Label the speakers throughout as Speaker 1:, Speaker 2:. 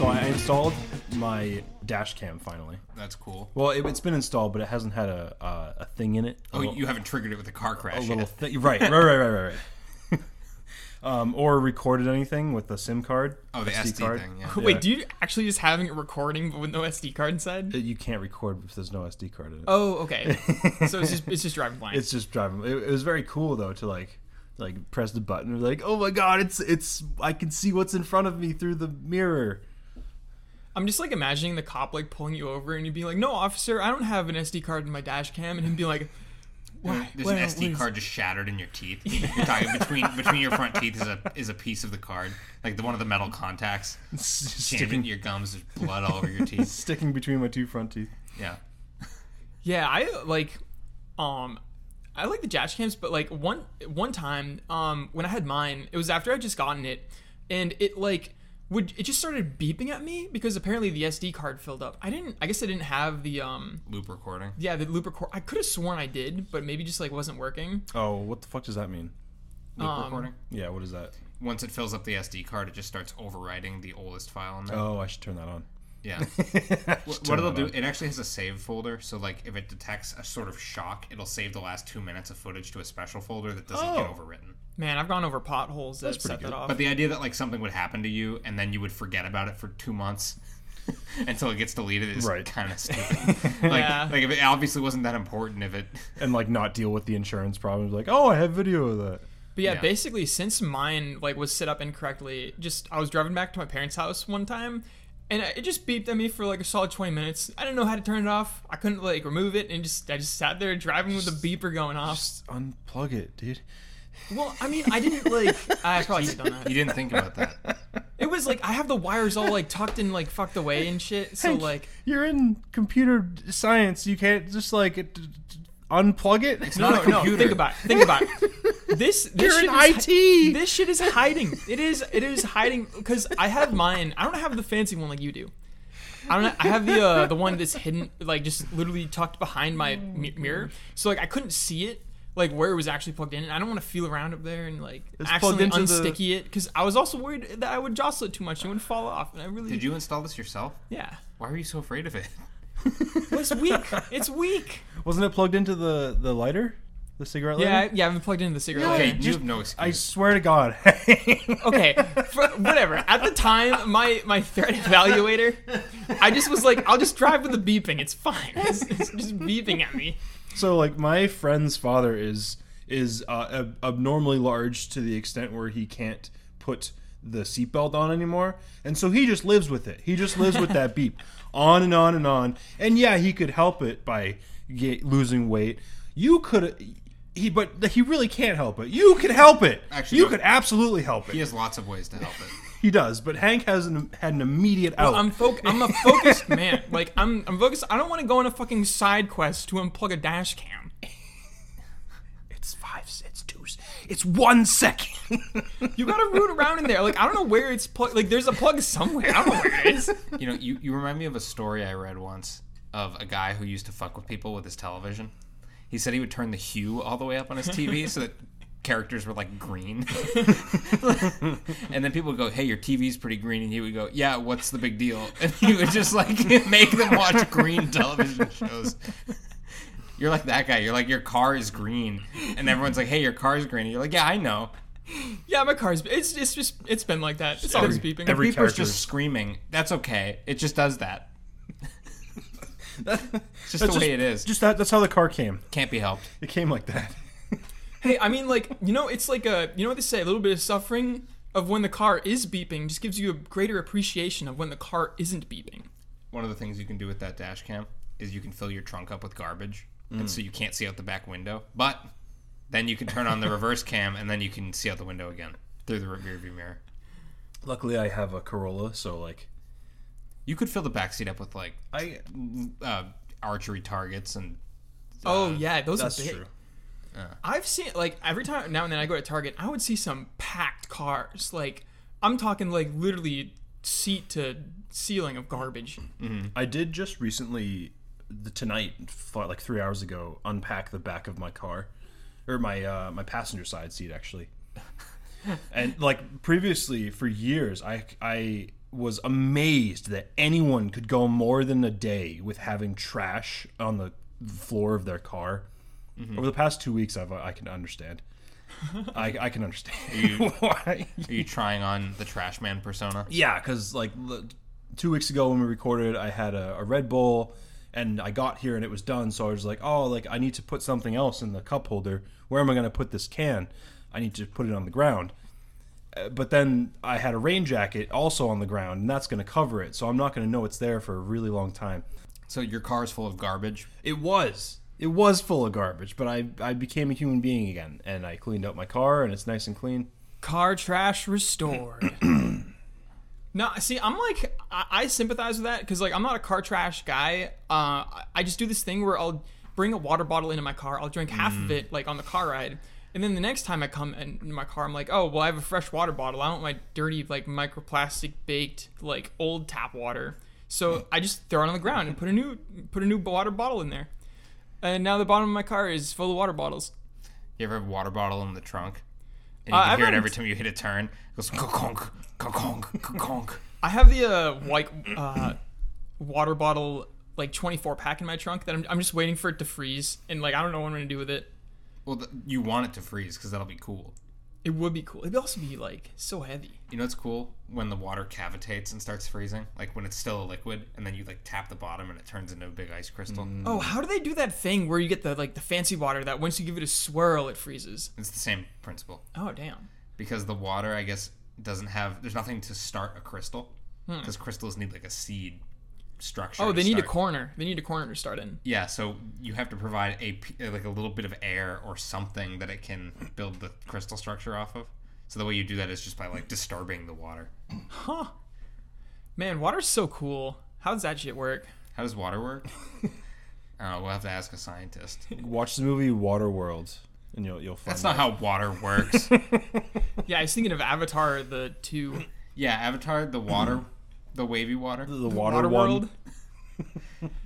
Speaker 1: installed my dash cam finally.
Speaker 2: That's cool.
Speaker 1: Well, it, it's been installed, but it hasn't had a uh, a thing in it. A
Speaker 2: Oh,
Speaker 1: little-
Speaker 2: you haven't triggered it with a car crash.
Speaker 1: a
Speaker 2: yet.
Speaker 1: little thing. Right, right, right, right, right. right. um, or recorded anything with the SIM card.
Speaker 2: Oh, the SD, thing. Yeah.
Speaker 1: Yeah.
Speaker 3: Wait, do you actually just having it recording but with no SD card inside?
Speaker 1: That You can't record if there's no SD card in it.
Speaker 3: oh, okay. so it's just it's just driving blind.
Speaker 1: It's just driving. It, it was very cool though to like like press the button and be like, oh my god, it's it's I can see what's in front of me through the mirror.
Speaker 3: I'm just like imagining the cop like pulling you over and you being like, "No, officer, I don't have an SD card in my dash cam," and him being like, "Why?
Speaker 2: There's
Speaker 3: Why-
Speaker 2: an
Speaker 3: what
Speaker 2: SD
Speaker 3: is-
Speaker 2: card just shattered in your teeth. You're talking between between your front teeth is a is a piece of the card, like the one of the metal contacts. Jamming
Speaker 1: sticking,
Speaker 2: your gums, there's blood all over your teeth.
Speaker 1: sticking between my two front teeth.
Speaker 2: Yeah.
Speaker 3: Yeah, I like um I like the dash cams, but like one one time, um when I had mine, it was after I just gotten it and it like would it just started beeping at me because apparently the SD card filled up. I didn't I guess I didn't have the um
Speaker 2: Loop recording.
Speaker 3: yeah, the loop record I could have sworn I did, but maybe just like wasn't working.
Speaker 1: Oh, what the fuck does that mean?
Speaker 2: Loop
Speaker 3: Um,
Speaker 2: recording.
Speaker 1: Yeah, what is that?
Speaker 2: Once it fills up the SD card, it just starts overwriting the oldest file in there.
Speaker 1: Oh, I should turn that on.
Speaker 2: Yeah. What, what it'll do, it actually has a save folder. So, like, if it detects a sort of shock, it'll save the last two minutes of footage to a special folder that doesn't get
Speaker 1: Oh.
Speaker 2: overwritten.
Speaker 3: Man, I've gone over potholes that set
Speaker 1: pretty
Speaker 3: that
Speaker 1: good.
Speaker 3: off.
Speaker 2: But the idea that, like, something would happen to you and then you would forget about it for two months until it gets deleted is
Speaker 1: Right.
Speaker 2: kind of stupid. like,
Speaker 3: Yeah.
Speaker 2: like, if it obviously wasn't that important, if it.
Speaker 1: and like not deal with the insurance problems. Like, oh, I have video of that.
Speaker 3: But yeah,
Speaker 2: Yeah.
Speaker 3: basically, since mine like was set up incorrectly, just I was driving back to my parents' house one time, and it just beeped at me for like a solid twenty minutes. I didn't know how to turn it off. I couldn't like remove it, and just I just sat there driving with the beeper going off.
Speaker 1: Just unplug it, dude.
Speaker 3: Well, I mean, I didn't like. I probably should have done
Speaker 2: You
Speaker 3: that.
Speaker 2: didn't think about that.
Speaker 3: It was like I have the wires all like tucked in, like fucked away and shit. So like,
Speaker 1: You're in computer science. You can't just like d- d- unplug it.
Speaker 2: It's not a
Speaker 3: no,
Speaker 2: computer.
Speaker 3: no, think about it. Think about it. This this
Speaker 1: You're
Speaker 3: shit
Speaker 1: in
Speaker 3: is hi-
Speaker 1: IT.
Speaker 3: this shit is hiding. It is it is hiding because I have mine. I don't have the fancy one like you do. I don't. I have the uh, the one that's hidden, like just literally tucked behind my mi- mirror. So like I couldn't see it, like where it was actually plugged in. And I don't want to feel around up there and like
Speaker 1: It's plugged
Speaker 3: accidentally
Speaker 1: into the-
Speaker 3: unsticky it because I was also worried that I would jostle it too much and it would fall off. And I really
Speaker 2: Did you install this yourself?
Speaker 3: yeah.
Speaker 2: Why were you so afraid of it?
Speaker 3: Well, it's weak. It's weak.
Speaker 1: Wasn't it plugged into the the lighter, the cigarette
Speaker 3: Yeah, I-
Speaker 1: lighter?
Speaker 3: yeah. I've been plugged into the cigarette. lighter.
Speaker 2: Okay, you
Speaker 1: just-
Speaker 2: have no
Speaker 1: I
Speaker 2: excuse.
Speaker 1: swear to God.
Speaker 3: okay, for, whatever. At the time, my my threat evaluator, I just was like, I'll just drive with the beeping. It's fine. It's, it's just beeping at me.
Speaker 1: so like my friend's father is is uh, ab- abnormally large to the extent where he can't put the seatbelt on anymore and so he just lives with it he just lives with that beep on and on and on and yeah he could help it by ga losing weight you could he but he really can't help it you could help it
Speaker 2: Actually,
Speaker 1: you
Speaker 2: no.
Speaker 1: could absolutely help it
Speaker 2: He
Speaker 1: he,
Speaker 2: has lots of ways to help it.
Speaker 1: does but hank has an had an immediate out
Speaker 3: I'm foc- I'm a focused man. Like I'm I'm focused. I don't want to go on a fucking side quest to unplug a dash cam.
Speaker 1: it's five it's two it's one second
Speaker 3: You gotta root around in there. Like I don't know where it's plugged. Like there's a plug somewhere. I don't know where it is.
Speaker 2: You know, you, you remind me of a story I read once of a guy who used to fuck with people with his television. He said he would turn the hue all the way up on his TV so that characters were like green. and then people would go, Hey, your TV's pretty green. And he would go, Yeah, what's the big deal? And he would just like make them watch green television shows. You're like that guy. You're like, Your car is green. And everyone's like, Hey, your car's green. And you're like, Yeah, I know.
Speaker 3: Yeah, my car's. It's it's just it's been like that. It's always beeping.
Speaker 1: every-
Speaker 2: Beeper's
Speaker 1: character.
Speaker 2: just screaming. That's okay. It just does that. It's just the
Speaker 1: That's
Speaker 2: way it is.
Speaker 1: just that that's how the car came
Speaker 2: Can't be helped.
Speaker 1: it came like that
Speaker 3: hey, I mean, like you know, it's like a you know what they say. A little bit of suffering of when the car is beeping just gives you a greater appreciation of when the car isn't beeping.
Speaker 2: One of the things you can do with that dash cam is you can fill your trunk up with garbage, and so you can't see out the back window. But then you can turn on the reverse cam, and then you can see out the window again through the rear view mirror.
Speaker 1: Luckily, I have a Corolla, so like
Speaker 2: You could fill the back seat up with like
Speaker 1: I.
Speaker 2: uh, archery targets and
Speaker 3: Oh yeah, those
Speaker 1: That's
Speaker 3: are big.
Speaker 1: true.
Speaker 3: I've seen like every time now and then I go to Target, I would see some packed cars. Like I'm talking like literally seat to ceiling of garbage.
Speaker 1: I did just recently, the tonight, f- like three hours ago, unpack the back of my car, or my uh, my passenger side seat actually. and like previously, for years, I I was amazed that anyone could go more than a day with having trash on the floor of their car. Over the past two weeks, I've, uh, I can understand. I, I can understand why.
Speaker 2: Are you trying on the trash man persona?
Speaker 1: Yeah, because like l- two weeks ago when we recorded, I had a, a Red Bull, and I got here and it was done. So I was like, oh, like I need to put something else in the cup holder. Where am I going to put this can? I need to put it on the ground. Uh, But then I had a rain jacket also on the ground, and that's going to cover it. So I'm not going to know it's there for a really long time.
Speaker 2: So your car's full of garbage.
Speaker 1: It was. It was full of garbage, but I, I became a human being again, and I cleaned up my car, and it's nice and clean.
Speaker 3: Car trash restored. no, see, I'm like, I, I sympathize with that because, like, I'm not a car trash guy. Uh, I- I just do this thing where I'll bring a water bottle into my car, I'll drink half of it, like, on the car ride. And then the next time I come in in my car, I'm like, oh, well, I have a fresh water bottle. I don't want my dirty, like, microplastic baked, like, old tap water. So I just throw it on the ground and put a new put a new water bottle in there. And now the bottom of my car is full of water bottles.
Speaker 2: You ever have a water bottle in the trunk? And you
Speaker 3: Uh,
Speaker 2: can
Speaker 3: I've
Speaker 2: hear it
Speaker 3: had-
Speaker 2: every time you hit a turn. It goes conk, conk, conk.
Speaker 3: I have the uh, like uh, water bottle like 24 pack in my trunk that I'm, I'm just waiting for it to freeze and like I don't know what I'm gonna do with it.
Speaker 2: Well, th- you want it to freeze because that'll be cool.
Speaker 3: It would be cool. It'd also be like so heavy.
Speaker 2: You know what's cool? When the water cavitates and starts freezing, like when it's still a liquid, and then you like tap the bottom and it turns into a big ice crystal.
Speaker 3: Oh, how do they do that thing where you get the like the fancy water that once you give it a swirl it freezes?
Speaker 2: It's the same principle
Speaker 3: Oh damn.
Speaker 2: because the water, I guess, doesn't have. There's nothing to start a crystal because crystals need like a seed structure.
Speaker 3: Hmm. Oh,
Speaker 2: to
Speaker 3: they need a
Speaker 2: start.
Speaker 3: corner. They need a corner to start in.
Speaker 2: Yeah, so you have to provide a p- uh, like a little bit of air or something that it can build the crystal structure off of. So the way you do that is just by like disturbing the water.
Speaker 3: Man, water's so cool. How does that shit work?
Speaker 2: How does water work? Uh, we'll have to ask a scientist.
Speaker 1: Watch the movie Waterworld, and you'll you'll find
Speaker 2: That's not how water works.
Speaker 3: Yeah, I was thinking of Avatar the two
Speaker 2: yeah, Avatar, the water, the wavy water.
Speaker 1: the water, one.
Speaker 3: World.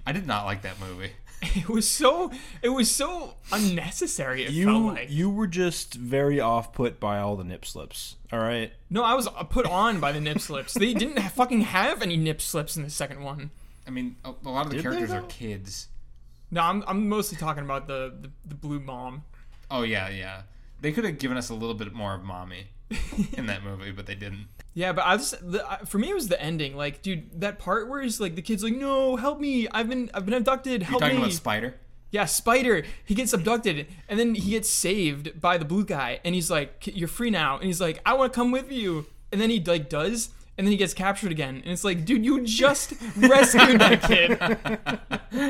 Speaker 2: I did not like that movie.
Speaker 3: It was so it was so unnecessary. It felt
Speaker 1: You
Speaker 3: like
Speaker 1: you were just very off put by all the nip slips. All right.
Speaker 3: No, I was put on by the nip slips. They didn't ha- fucking have any nip slips in the second one.
Speaker 2: I mean, a, a lot of the
Speaker 1: Did they,
Speaker 2: characters are
Speaker 1: though?
Speaker 2: kids.
Speaker 3: No, I'm, I'm mostly talking about the, the, the blue mom.
Speaker 2: Oh yeah, yeah. They could have given us a little bit more of mommy in that movie, but they didn't.
Speaker 3: Yeah, but I just the, I- for me it was the ending. Like, dude, that part where he's like the kid's like, "No, help me! I've been I've been abducted. Help
Speaker 2: Talking
Speaker 3: me!"
Speaker 2: about Spider.
Speaker 3: yeah, Spider. He gets abducted and then he gets saved by the blue guy, and he's like, "K- "You're free now." And he's like, "I want to come with you." And then he like does, and then he gets captured again, and it's like, dude, you just rescued that kid.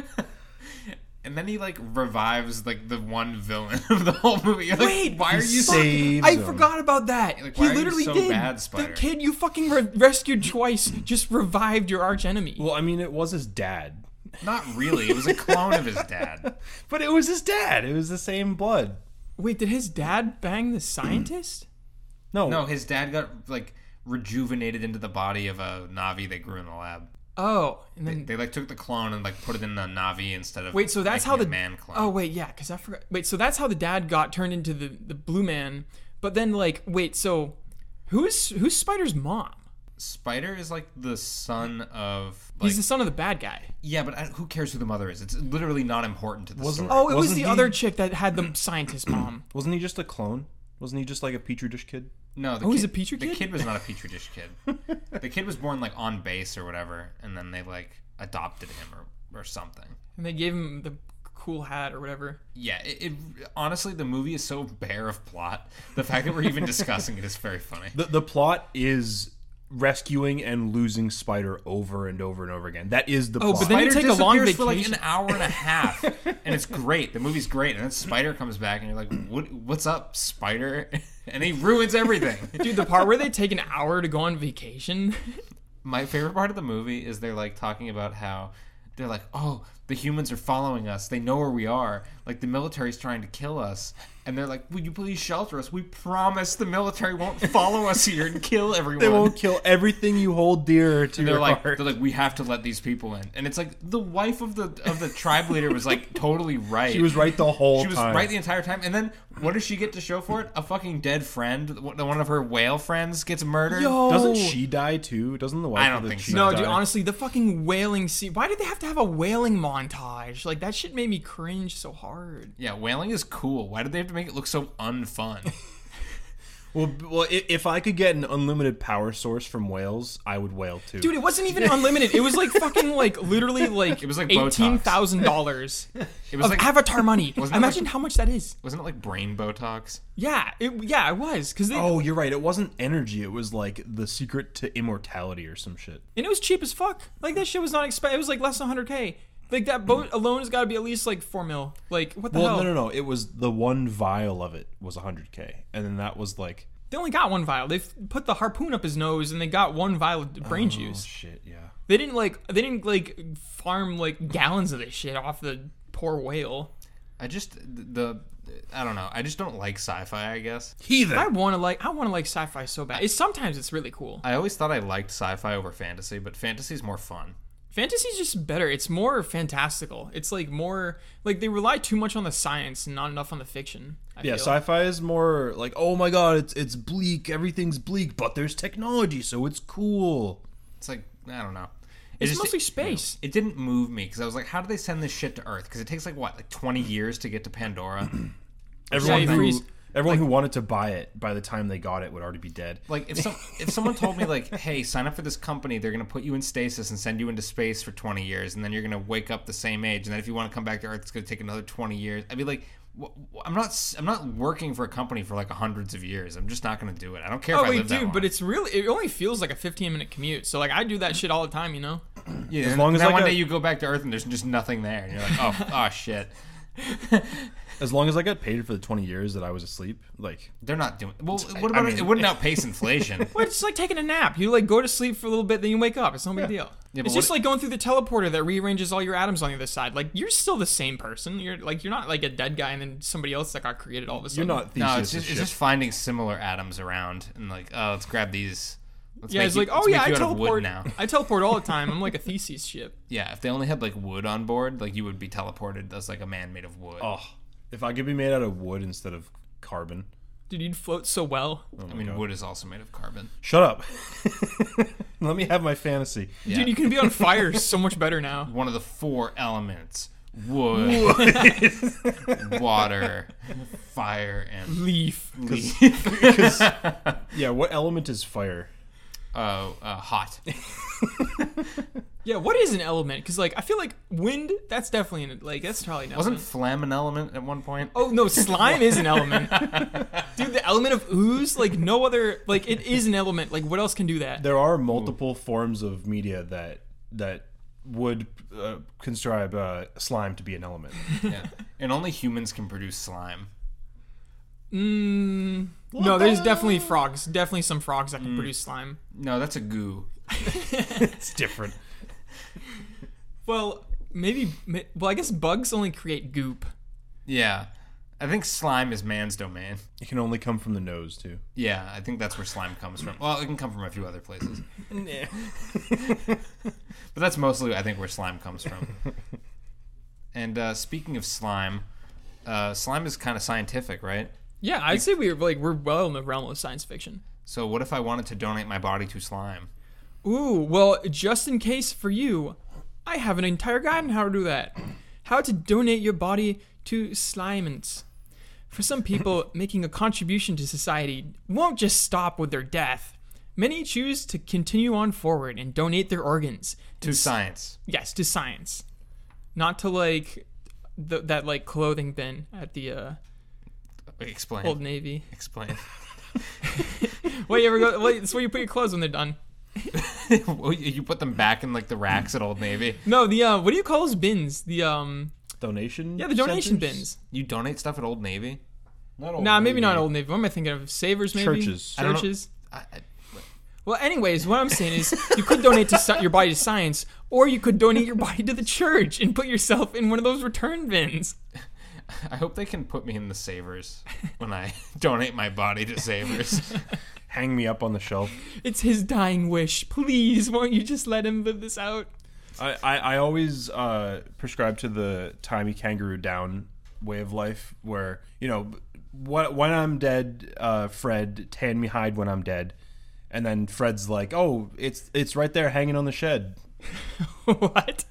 Speaker 2: And then he like revives like the one villain of the whole movie. You're like,
Speaker 3: Wait,
Speaker 2: why are
Speaker 1: he
Speaker 2: you
Speaker 1: saves
Speaker 2: saying?
Speaker 3: I
Speaker 1: him.
Speaker 3: forgot about that.
Speaker 2: Like, why
Speaker 3: he
Speaker 2: are you
Speaker 3: literally
Speaker 2: so
Speaker 3: did.
Speaker 2: bad,
Speaker 3: the
Speaker 2: Spider?
Speaker 3: kid you fucking re- rescued twice just revived your arch enemy.
Speaker 1: Well, I mean, it was his dad,
Speaker 2: Not really. It was a clone of his dad.
Speaker 1: but it was his dad. It was the same blood.
Speaker 3: Wait, did his dad bang the scientist?
Speaker 1: No,
Speaker 2: No, his dad got like rejuvenated into the body of a Navi they grew in the lab.
Speaker 3: Oh, and then
Speaker 2: They like took the clone and like put it in the Navi instead of
Speaker 3: wait, so that's
Speaker 2: making
Speaker 3: how
Speaker 2: a
Speaker 3: the
Speaker 2: man clone.
Speaker 3: Oh wait, yeah, because I forgot. Wait, so that's how the dad got turned into the the blue man. But then like, wait, so who's who's Spider's mom?
Speaker 2: Spider is like the son of like
Speaker 3: He's the son of the bad guy.
Speaker 2: yeah, but I, who cares who the mother is? It's literally not important to the
Speaker 1: Wasn't-
Speaker 2: story.
Speaker 3: Oh, it was
Speaker 1: Wasn't
Speaker 3: the
Speaker 1: he-
Speaker 3: other chick that had the scientist mom.
Speaker 1: wasn't he just a clone? Wasn't he just like a petri dish kid?
Speaker 2: No, the
Speaker 3: Oh,
Speaker 2: kid,
Speaker 3: he's a Petri
Speaker 2: The
Speaker 3: kid?
Speaker 2: kid was not a petri dish kid. the kid was born like on base or whatever, and then they like adopted him or or something.
Speaker 3: And they gave him the cool hat or whatever.
Speaker 2: Yeah, it, it honestly the movie is so bare of plot. The fact that we're even discussing it is very funny.
Speaker 1: The the plot is rescuing and losing Spider over and over and over again. That is
Speaker 2: Oh,
Speaker 1: the plot.
Speaker 3: but then- They take a long
Speaker 2: disappears for like
Speaker 3: vacation.
Speaker 2: an hour and a half, and it's great. The movie's great, and then Spider comes back, and you're like, "What? What's up, Spider?" And he ruins everything.
Speaker 3: Dude, the part where they take an hour to go on vacation.
Speaker 2: My favorite part of the movie is they're like talking about how they're like, "Oh, the humans are following us. They know where we are. Like the military's trying to kill us." and they're like, "Will you please shelter us? We promise the military won't follow us here and kill everyone."
Speaker 1: They won't kill everything you hold dear to
Speaker 2: And
Speaker 1: your
Speaker 2: they're like,
Speaker 1: heart.
Speaker 2: they're like, we have to let these people in, and it's like the wife of the of the tribe leader was like totally right.
Speaker 1: She was right the whole
Speaker 2: She was
Speaker 1: time.
Speaker 2: right the entire time. And then what does she get to show for it? A fucking dead friend. One one of her whale friends gets murdered.
Speaker 3: Yo.
Speaker 1: Doesn't she die too? Doesn't the wife
Speaker 2: I don't
Speaker 1: of the
Speaker 2: think
Speaker 1: chief
Speaker 2: so.
Speaker 3: No,
Speaker 1: die?
Speaker 3: dude, honestly, the fucking wailing scene. Why did they have to have a wailing montage? Like, that shit made me cringe so hard.
Speaker 2: Yeah, whaling is cool. Why did they have to make it look so unfun?
Speaker 1: Well, b- well, i- if I could get an unlimited power source from whales, I would whale too.
Speaker 3: Dude, it wasn't even unlimited. It was like fucking, like, literally, like,
Speaker 2: It was like Botox.
Speaker 3: $18,000
Speaker 2: It was
Speaker 3: of
Speaker 2: like
Speaker 3: avatar money.
Speaker 2: it
Speaker 3: Imagine how much that is.
Speaker 2: wasn't it like brain Botox?
Speaker 3: Yeah, it, yeah, it was. Because they,
Speaker 1: oh, you're right. It wasn't energy. It was like the secret to immortality or some shit.
Speaker 3: and it was cheap as fuck. Like, that shit was not expensive. It was like less than 100K. Like, that boat
Speaker 2: Hmm.
Speaker 3: alone has got to be at least like 4 mil. Like, what the
Speaker 1: Well,
Speaker 3: hell?
Speaker 1: no, no, no. It was the one vial of it was 100k, and then that was like
Speaker 3: They only got one vial. They put the harpoon up his nose and they got one vial of
Speaker 1: Oh,
Speaker 3: brain juice.
Speaker 1: shit. Yeah.
Speaker 3: They didn't like they didn't like farm like gallons of this shit off the poor whale.
Speaker 2: I just the I don't know. I just don't like sci-fi. I guess
Speaker 1: Heathen.
Speaker 3: I want to like I want to like sci-fi so bad. It's, sometimes it's really cool.
Speaker 2: I always thought I liked sci-fi over fantasy, but fantasy's more fun.
Speaker 3: Fantasy's just better. It's more fantastical. It's like more like they rely too much on the science and not enough on the fiction. I
Speaker 1: yeah,
Speaker 3: feel.
Speaker 1: sci-fi is more like, oh my god, it's it's bleak. Everything's bleak, but there's technology, so it's cool.
Speaker 2: It's like I don't know. It
Speaker 3: it's
Speaker 2: just-
Speaker 3: mostly space.
Speaker 2: it didn't move me because I was like, how do they send this shit to Earth? Because it takes like what, like twenty years to get to Pandora.
Speaker 1: Everyone
Speaker 3: you
Speaker 1: who
Speaker 3: freeze.
Speaker 1: everyone who wanted to buy it by the time they got it would already be dead.
Speaker 2: like if some if someone told me like, hey, sign up for this company, they're gonna put you in stasis and send you into space for twenty years, and then you're gonna wake up the same age, and then if you want to come back to Earth, it's gonna take another twenty years. I'd be like. wh- wh- I'm not. s- I'm not working for a company for like hundreds of years. I'm just not going to do it. I don't care
Speaker 3: Oh
Speaker 2: if I
Speaker 3: wait,
Speaker 2: live
Speaker 3: dude,
Speaker 2: that long.
Speaker 3: but it's really it only feels like a 15 minute commute. So like I do that shit all the time, you know.
Speaker 2: Yeah, as
Speaker 1: long as,
Speaker 2: then
Speaker 1: like,
Speaker 2: one
Speaker 1: a-
Speaker 2: day you go back to Earth and there's just nothing there, and you're like, oh, oh shit,
Speaker 1: As long as I got paid for the 20 years that I was asleep, like
Speaker 2: they're not doing. Well, what about
Speaker 1: mean-
Speaker 2: it? It wouldn't outpace inflation.
Speaker 3: But it's like taking a nap. You like go to sleep for a little bit, then you wake up. It's no big deal.
Speaker 2: but
Speaker 3: it's just
Speaker 2: what-
Speaker 3: like going through the teleporter that rearranges all your atoms on the other side. Like you're still the same person. You're like you're not like a dead guy and then somebody else that got created all of a
Speaker 1: you're
Speaker 3: sudden.
Speaker 1: not Theseus.
Speaker 2: No, it's
Speaker 1: as
Speaker 2: just, it's
Speaker 1: shit.
Speaker 2: just finding similar atoms around and like, oh, let's grab these. Let's
Speaker 3: Yeah,
Speaker 2: make
Speaker 3: it's
Speaker 2: you-
Speaker 3: like
Speaker 2: let's
Speaker 3: oh
Speaker 2: make
Speaker 3: yeah, I
Speaker 2: you out of wood
Speaker 3: teleport.
Speaker 2: now.
Speaker 3: I teleport all the time. I'm like a Theseus ship.
Speaker 2: Yeah, if they only had like wood on board, like you would be teleported as like a man made of wood.
Speaker 1: Oh, if I could be made out of wood instead of carbon.
Speaker 3: Dude, you'd float so well.
Speaker 2: I mean, wood is also made of carbon.
Speaker 1: Shut up. Let me have my fantasy.
Speaker 2: Yeah.
Speaker 3: Dude, you can be on fire so much better now.
Speaker 2: One of the four elements: wood, water, fire, and
Speaker 3: Leaf.
Speaker 1: Yeah, what element is fire?
Speaker 2: oh, uh, hot.
Speaker 3: Yeah, what is an element? Because like I feel like wind. That's definitely an, like that's probably not.
Speaker 2: Wasn't phlegm an element at one point?
Speaker 3: Oh no, slime is an element. Dude, the element of ooze, like no other like it is an element. Like what else can do that?
Speaker 1: There are multiple forms of media that that would uh, conscribe uh, slime to be an element.
Speaker 2: Yeah. And only humans can produce slime.
Speaker 3: Mm, no, there's definitely frogs. Definitely some frogs that can produce slime.
Speaker 2: No, that's a goo.
Speaker 1: It's different.
Speaker 3: Well, maybe ma- well, I guess bugs only create goop.
Speaker 2: Yeah. I think slime is man's domain.
Speaker 1: It can only come from the nose too.
Speaker 2: Yeah, I think that's where slime comes from. Well, it can come from a few other places. But that's mostly, I think, where slime comes from. and uh, speaking of slime, uh, slime is kind of scientific, right?
Speaker 3: Yeah, I'd say we're like we're well in the realm of science fiction.
Speaker 2: So, what if I wanted to donate my body to slime?
Speaker 3: Ooh, well, just in case for you, I have an entire guide on how to do that. How to donate your body to slimants. For some people, making a contribution to society won't just stop with their death. Many choose to continue on forward and donate their organs.
Speaker 2: To science.
Speaker 3: Yes, to science. Not to like th- that like clothing bin at the uh,
Speaker 2: Explain.
Speaker 3: Old Navy.
Speaker 2: Explain.
Speaker 3: Wait, you ever go? Wait, it's where you put your clothes when they're done.
Speaker 2: Well, you you put them back in like the racks at Old Navy.
Speaker 3: No, the uh, what do you call those bins? The um,
Speaker 1: Donation.
Speaker 3: yeah, the donation
Speaker 1: centers?
Speaker 3: bins.
Speaker 2: You donate stuff at Old Navy?
Speaker 1: Not Old
Speaker 3: Nah, maybe
Speaker 1: Navy.
Speaker 3: not Old Navy. What am I thinking of? Savers, maybe?
Speaker 1: Churches.
Speaker 2: I don't know.
Speaker 3: Churches.
Speaker 2: I, I,
Speaker 3: Well, anyways, what I'm saying is you could donate to sci- your body to science, or you could donate your body to the church and put yourself in one of those return bins.
Speaker 2: I hope they can put me in the Savers when I donate my body to Savers.
Speaker 1: Hang me up on the shelf.
Speaker 3: It's his dying wish. Please, won't you just let him live this out?
Speaker 1: I, I, I always uh, prescribe to the timey kangaroo down way of life where, you know, what, when I'm dead, uh, Fred, tan me hide when I'm dead. And then Fred's like, oh, it's it's right there hanging on the shed.
Speaker 3: what?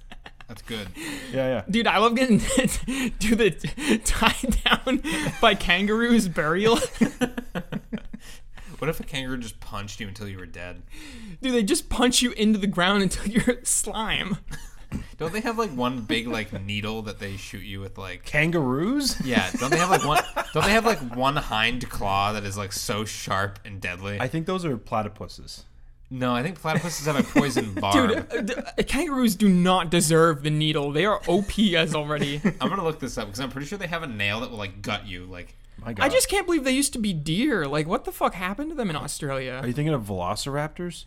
Speaker 2: That's good.
Speaker 1: Yeah, yeah.
Speaker 3: Dude, I love getting do the tied down by kangaroos burial.
Speaker 2: What if a kangaroo just punched you until you were dead?
Speaker 3: Dude, they just punch you into the ground until you're slime.
Speaker 2: Don't they have like one big like needle that they shoot you with like
Speaker 1: Kangaroos?
Speaker 2: Yeah, don't they have like one don't they have like one hind claw that is like so sharp and deadly?
Speaker 1: I think those are platypuses.
Speaker 2: no, I think platypuses have a poison barb.
Speaker 3: Dude, uh, d- uh, kangaroos do not deserve the needle. They are OP as already.
Speaker 2: I'm gonna look this up because I'm pretty sure they have a nail that will like gut you. Like,
Speaker 1: My God.
Speaker 3: I just can't believe they used to be deer. Like, what the fuck happened to them in Australia?
Speaker 1: Are you thinking of velociraptors?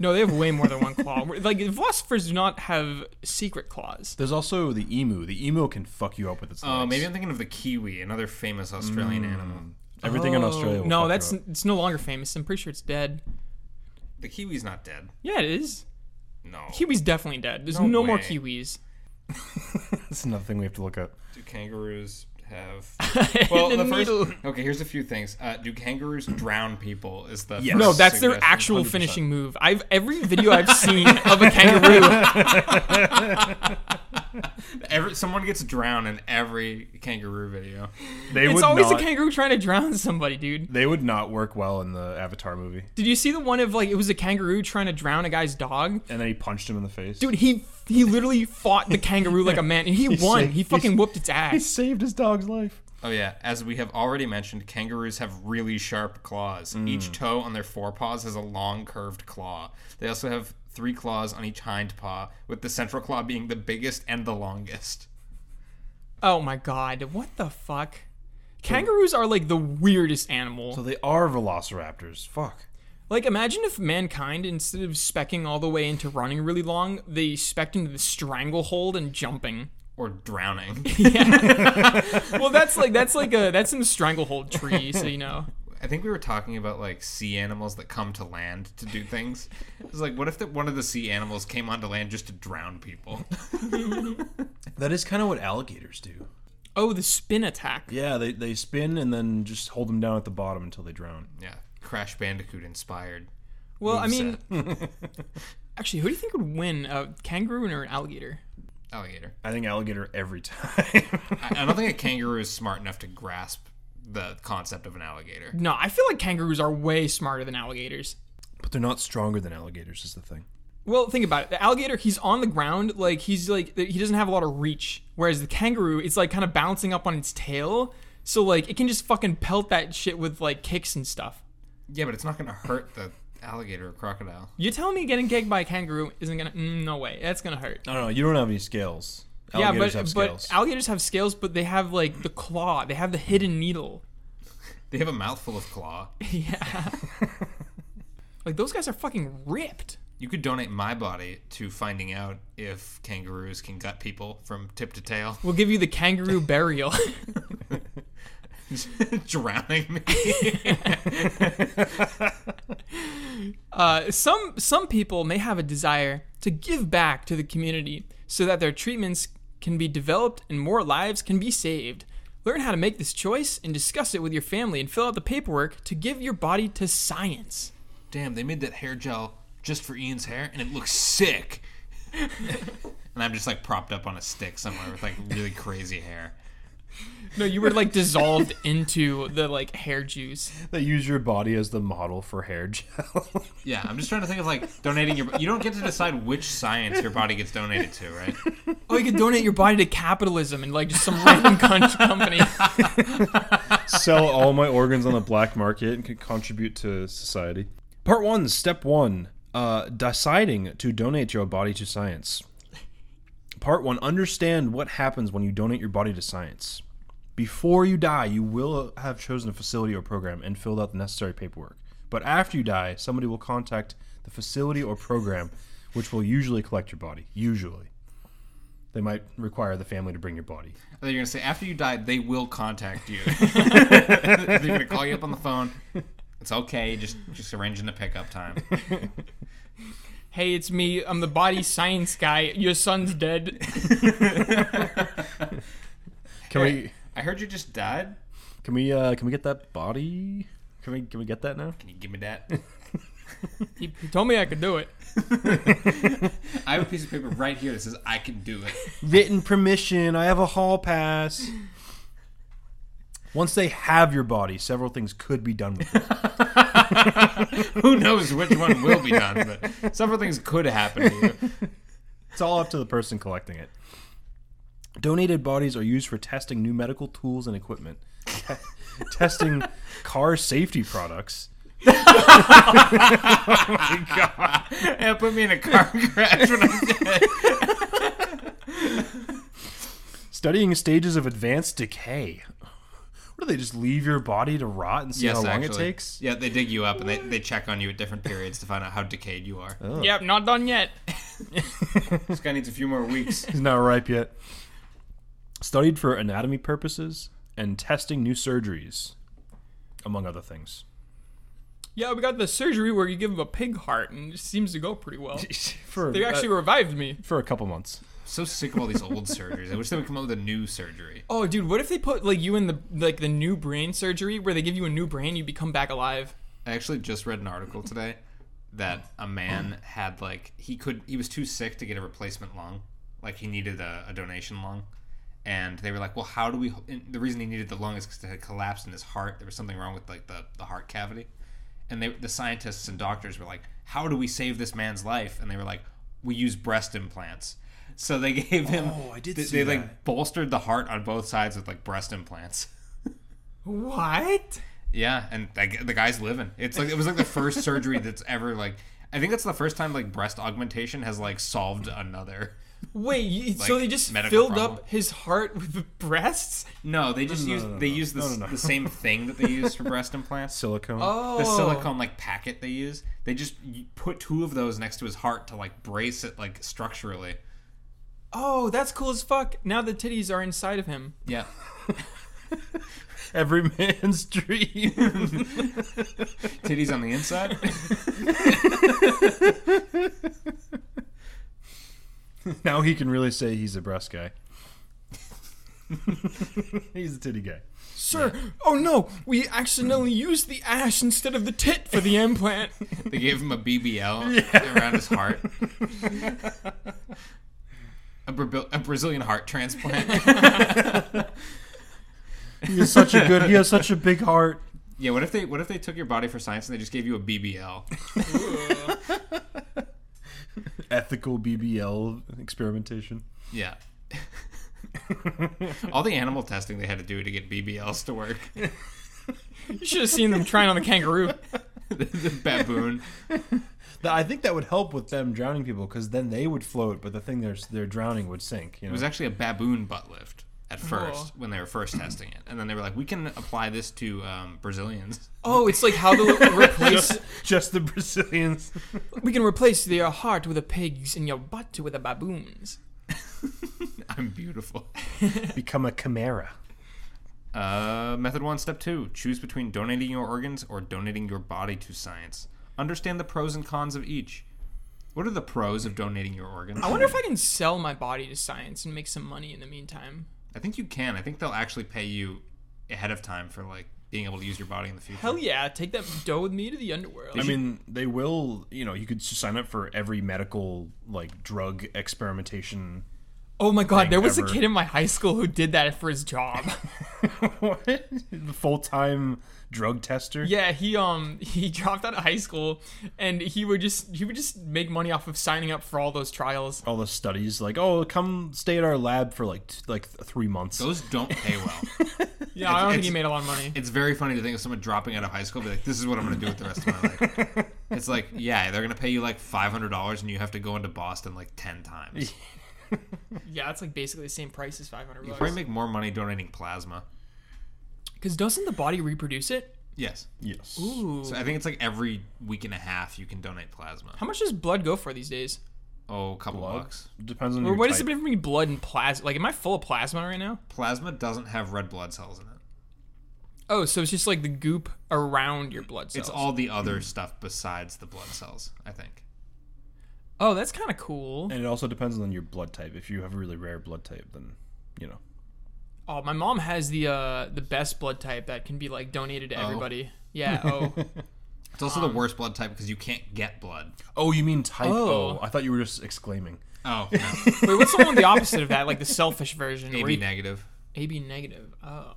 Speaker 3: No, they have way more than one claw. Like, philosophers do not have secret claws.
Speaker 1: There's also the emu. The emu can fuck you up with its legs.
Speaker 2: oh, maybe I'm thinking of the kiwi, another famous Australian
Speaker 3: Mm.
Speaker 2: animal.
Speaker 1: everything in Australia.
Speaker 3: Oh,
Speaker 1: Will
Speaker 3: no,
Speaker 1: fuck
Speaker 3: that's
Speaker 1: you up.
Speaker 3: it's no longer famous. I'm pretty sure it's dead.
Speaker 2: The kiwi's not dead.
Speaker 3: Yeah, it is.
Speaker 2: No,
Speaker 3: Kiwi's definitely dead. There's
Speaker 2: No
Speaker 3: no, more
Speaker 2: way.
Speaker 3: kiwis.
Speaker 1: that's another thing we have to look up.
Speaker 2: do kangaroos have?
Speaker 3: And a needle.
Speaker 2: okay, here's a few things. Uh, do kangaroos drown people? Is the
Speaker 1: Yes.
Speaker 2: first
Speaker 3: No, that's their
Speaker 2: suggestion.
Speaker 3: actual finishing move. I've every video I've seen of a kangaroo.
Speaker 2: Every, someone gets drowned in every kangaroo video.
Speaker 1: They
Speaker 3: It's
Speaker 1: would
Speaker 3: always
Speaker 1: not,
Speaker 3: a kangaroo trying to drown somebody, dude.
Speaker 1: They would not work well in the Avatar movie.
Speaker 3: Did you see the one of like it was a kangaroo trying to drown a guy's dog?
Speaker 1: And then he punched him in the face.
Speaker 3: Dude, he he literally fought the kangaroo like a man, and he,
Speaker 1: He
Speaker 3: won.
Speaker 1: saved-
Speaker 3: he fucking
Speaker 1: he's-
Speaker 3: whooped its
Speaker 1: he
Speaker 3: ass.
Speaker 1: saved his dog's life.
Speaker 2: Oh yeah, as we have already mentioned, kangaroos have really sharp claws. Each toe on their forepaws has a long curved claw. They also have three claws on each hind paw, with the central claw being the biggest and the longest.
Speaker 3: Oh my god, what the fuck? Kangaroos are like the weirdest animal.
Speaker 1: So they are velociraptors. Fuck.
Speaker 3: Like, imagine if mankind, instead of specking all the way into running really long, they specked into the stranglehold and jumping.
Speaker 2: Or drowning.
Speaker 3: Well, that's like that's like a that's in the stranglehold tree, so you know.
Speaker 2: I think we were talking about like sea animals that come to land to do things. It was like, what if the, one of the sea animals came onto land just to drown people?
Speaker 1: That is kind of what alligators do.
Speaker 3: Oh, the spin attack.
Speaker 1: Yeah, they, they spin and then just hold them down at the bottom until they drown.
Speaker 2: yeah, Crash Bandicoot inspired.
Speaker 3: well, I mean, actually, who do you think would win, a kangaroo or an alligator?
Speaker 2: Alligator.
Speaker 1: I think alligator every time.
Speaker 2: I, I don't think a kangaroo is smart enough to grasp the concept of an alligator.
Speaker 3: No, I feel like kangaroos are way smarter than alligators.
Speaker 1: but they're not stronger than alligators, is the thing.
Speaker 3: Well, think about it. The alligator, he's on the ground, like he's like he doesn't have a lot of reach. Whereas the kangaroo, it's like kind of bouncing up on its tail, so like it can just fucking pelt that shit with like kicks and stuff.
Speaker 2: Yeah, but it's not going to hurt the alligator or crocodile.
Speaker 3: You telling me getting kicked by a kangaroo isn't gonna? Mm, no way, that's gonna hurt.
Speaker 1: I don't know. You don't have any scales.
Speaker 3: Yeah,
Speaker 1: Alligators
Speaker 3: but
Speaker 1: have
Speaker 3: but
Speaker 1: scales.
Speaker 3: alligators have scales, but they have like the claw. They have the hidden needle.
Speaker 2: They have a mouthful of claw.
Speaker 3: Yeah. like those guys are fucking ripped.
Speaker 2: You could donate my body to finding out if kangaroos can gut people from tip to tail.
Speaker 3: We'll give you the kangaroo burial.
Speaker 2: Drowning me.
Speaker 3: Uh, some some people may have a desire to give back to the community so that their treatments can be developed and more lives can be saved. Learn how to make this choice and discuss it with your family and fill out the paperwork to give your body to science.
Speaker 2: Damn, they made that hair gel just for Ian's hair, and it looks sick. and I'm just like propped up on a stick somewhere with like really crazy hair.
Speaker 3: No, you were like dissolved into the like hair juice.
Speaker 1: they use your body as the model for hair gel.
Speaker 2: Yeah, I'm just trying to think of like donating your. You don't get to decide which science your body gets donated to, right?
Speaker 3: Oh, you could donate your body to capitalism and like just some random cunt company.
Speaker 1: sell all my organs on the black market and could contribute to society. Part one, step one, uh, deciding to donate your body to science. Part one, understand what happens when you donate your body to science. Before you die, you will have chosen a facility or program and filled out the necessary paperwork. But after you die, somebody will contact the facility or program, which will usually collect your body. Usually. they might require the family to bring your body.
Speaker 2: They're gonna say after you died, they will contact you. They're gonna call you up on the phone. It's okay, just just arranging the pickup time.
Speaker 3: Hey, it's me. I'm the body science guy. Your son's dead.
Speaker 1: Can we
Speaker 2: I heard you just died.
Speaker 1: can we uh, can we get that body? Can we can we get that now?
Speaker 2: Can you give me that?
Speaker 3: He, he told me I could do it.
Speaker 2: I have a piece of paper right here that says I can do it.
Speaker 1: Written permission. I have a hall pass. Once they have your body, several things could be done with it.
Speaker 2: Who knows which one will be done, but several things could happen to you.
Speaker 1: It's all up to the person collecting it. Donated bodies are used for testing new medical tools and equipment, testing car safety products.
Speaker 2: Yeah, put me in a car crash when I'm dead.
Speaker 1: studying stages of advanced decay. What do they just leave your body to rot and see how long it
Speaker 2: actually.
Speaker 1: takes?
Speaker 2: Yeah, they dig you up and they, they check on you at different periods to find out how decayed you are.
Speaker 1: Oh.
Speaker 3: Yep, not done yet.
Speaker 2: This guy needs a few more weeks.
Speaker 1: He's not ripe yet. Studied for anatomy purposes and testing new surgeries, among other things.
Speaker 3: Yeah, we got the surgery where you give him a pig heart, and it seems to go pretty well.
Speaker 1: For uh,
Speaker 3: They actually revived me.
Speaker 1: for a couple months.
Speaker 2: so sick of all these old surgeries. I wish they would come up with a new surgery.
Speaker 3: Oh, dude, what if they put like you in the like the new brain surgery where they give you a new brain, you become back alive?
Speaker 2: I actually just read an article today that a man had like he could he was too sick to get a replacement lung, like he needed a, a donation lung, and they were like, well, how do we? And the reason he needed the lung is because it had collapsed in his heart. There was something wrong with like the the heart cavity, and they the scientists and doctors were like, how do we save this man's life? And they were like, we use breast implants. So they gave him.
Speaker 1: Oh, I did
Speaker 2: They,
Speaker 1: see
Speaker 2: they like
Speaker 1: that.
Speaker 2: bolstered the heart on both sides with like breast implants.
Speaker 3: What?
Speaker 2: Yeah, and I g the guy's living. It's like it was like the first surgery that's ever like. I think that's the first time like breast augmentation has like solved another.
Speaker 3: Wait, you, so
Speaker 2: Like,
Speaker 3: they just
Speaker 2: medical
Speaker 3: filled
Speaker 2: problem.
Speaker 3: up his heart with breasts?
Speaker 2: No, they just use they use the,
Speaker 1: No,
Speaker 2: s-
Speaker 1: no, no.
Speaker 2: the same thing that they use for breast implants.
Speaker 1: Silicone.
Speaker 3: Oh,
Speaker 2: The silicone like packet they use. They just y- put two of those next to his heart to like brace it like structurally.
Speaker 3: Oh, that's cool as fuck. Now the titties are inside of him.
Speaker 2: Yeah.
Speaker 1: Every man's dream.
Speaker 2: Titties on the inside.
Speaker 1: now he can really say he's a breast guy. he's a titty guy.
Speaker 3: Sir, oh no, we accidentally used the ash instead of the tit for the implant.
Speaker 2: They gave him a BBL around his heart. A, Brabil- a Brazilian heart transplant.
Speaker 1: He has such a good. He has such a big heart.
Speaker 2: Yeah, what if they what if they took your body for science and they just gave you a BBL?
Speaker 1: Ethical BBL experimentation.
Speaker 2: Yeah. All the animal testing they had to do to get BBLs to work.
Speaker 3: You should have seen them trying on the kangaroo.
Speaker 2: the baboon.
Speaker 1: That- I think that would help with them drowning people because then they would float, but the thing they're they're drowning would sink. You know,
Speaker 2: It was actually a baboon butt lift at first when they were first testing it, and then they were like, "We can apply this to um, Brazilians."
Speaker 3: Oh, it's like how to replace.
Speaker 1: just the Brazilians.
Speaker 3: we can replace your heart with a pig's and your butt with a baboon's.
Speaker 2: I'm beautiful.
Speaker 1: Become a chimera.
Speaker 2: Uh, method one, step two: choose between donating your organs or donating your body to science. Understand the pros and cons of each. What are the pros of donating your organs?
Speaker 3: I wonder if I can sell my body to science and make some money in the meantime.
Speaker 2: I think you can. I think they'll actually pay you ahead of time for like being able to use your body in the future.
Speaker 3: Hell yeah, take that dough with me to the underworld.
Speaker 1: I mean, they will. You know, you could s- sign up for every medical like drug experimentation.
Speaker 3: oh my god, there was a
Speaker 1: ever.
Speaker 3: kid in my high school who did that for his job.
Speaker 1: what? Full time drug tester.
Speaker 3: Yeah, he um he dropped out of high school and he would just he would just make money off of signing up for all those trials.
Speaker 1: All the studies, like, oh, come stay at our lab for like t- like th- three months.
Speaker 2: Those don't pay well.
Speaker 3: Yeah, I don't think he
Speaker 2: it's-
Speaker 3: made a lot of money.
Speaker 2: it's very funny to think of someone dropping out of high school and be like, "This is what I'm going to do with the rest of my life." It's like, yeah, they're going to pay you like five hundred dollars, and you have to go into Boston like ten times.
Speaker 3: Yeah, that's like basically the same price as 500
Speaker 2: You probably
Speaker 3: bucks.
Speaker 2: make more money donating plasma.
Speaker 3: Cuz doesn't the body reproduce it?
Speaker 2: Yes,
Speaker 1: yes.
Speaker 3: Ooh.
Speaker 2: so I think it's like every week and a half you can donate plasma.
Speaker 3: How much does blood go for these days?
Speaker 2: Oh, a couple bucks.
Speaker 1: Depends on
Speaker 3: Or
Speaker 1: your
Speaker 3: what
Speaker 1: type.
Speaker 3: is the difference between blood and plasma? Like, am I full of plasma right now?
Speaker 2: Plasma doesn't have red blood cells in it.
Speaker 3: Oh, so it's just like the goop around your blood cells.
Speaker 2: It's all the other stuff besides the blood cells, I think.
Speaker 3: Oh, that's kind of cool.
Speaker 1: And it also depends on your blood type. If you have a really rare blood type, then you know.
Speaker 3: Oh, my mom has the uh the best blood type that can be like donated
Speaker 2: Oh.
Speaker 3: to everybody. Yeah. Oh.
Speaker 2: It's also
Speaker 3: Um.
Speaker 2: the worst blood type because you can't get blood.
Speaker 1: Oh, you mean type O?
Speaker 3: Oh.
Speaker 1: I thought you were just exclaiming.
Speaker 2: Oh, no.
Speaker 3: Wait, what's the one the opposite of that? Like the selfish version. where
Speaker 2: AB
Speaker 3: you-
Speaker 2: negative.
Speaker 3: AB negative. Oh.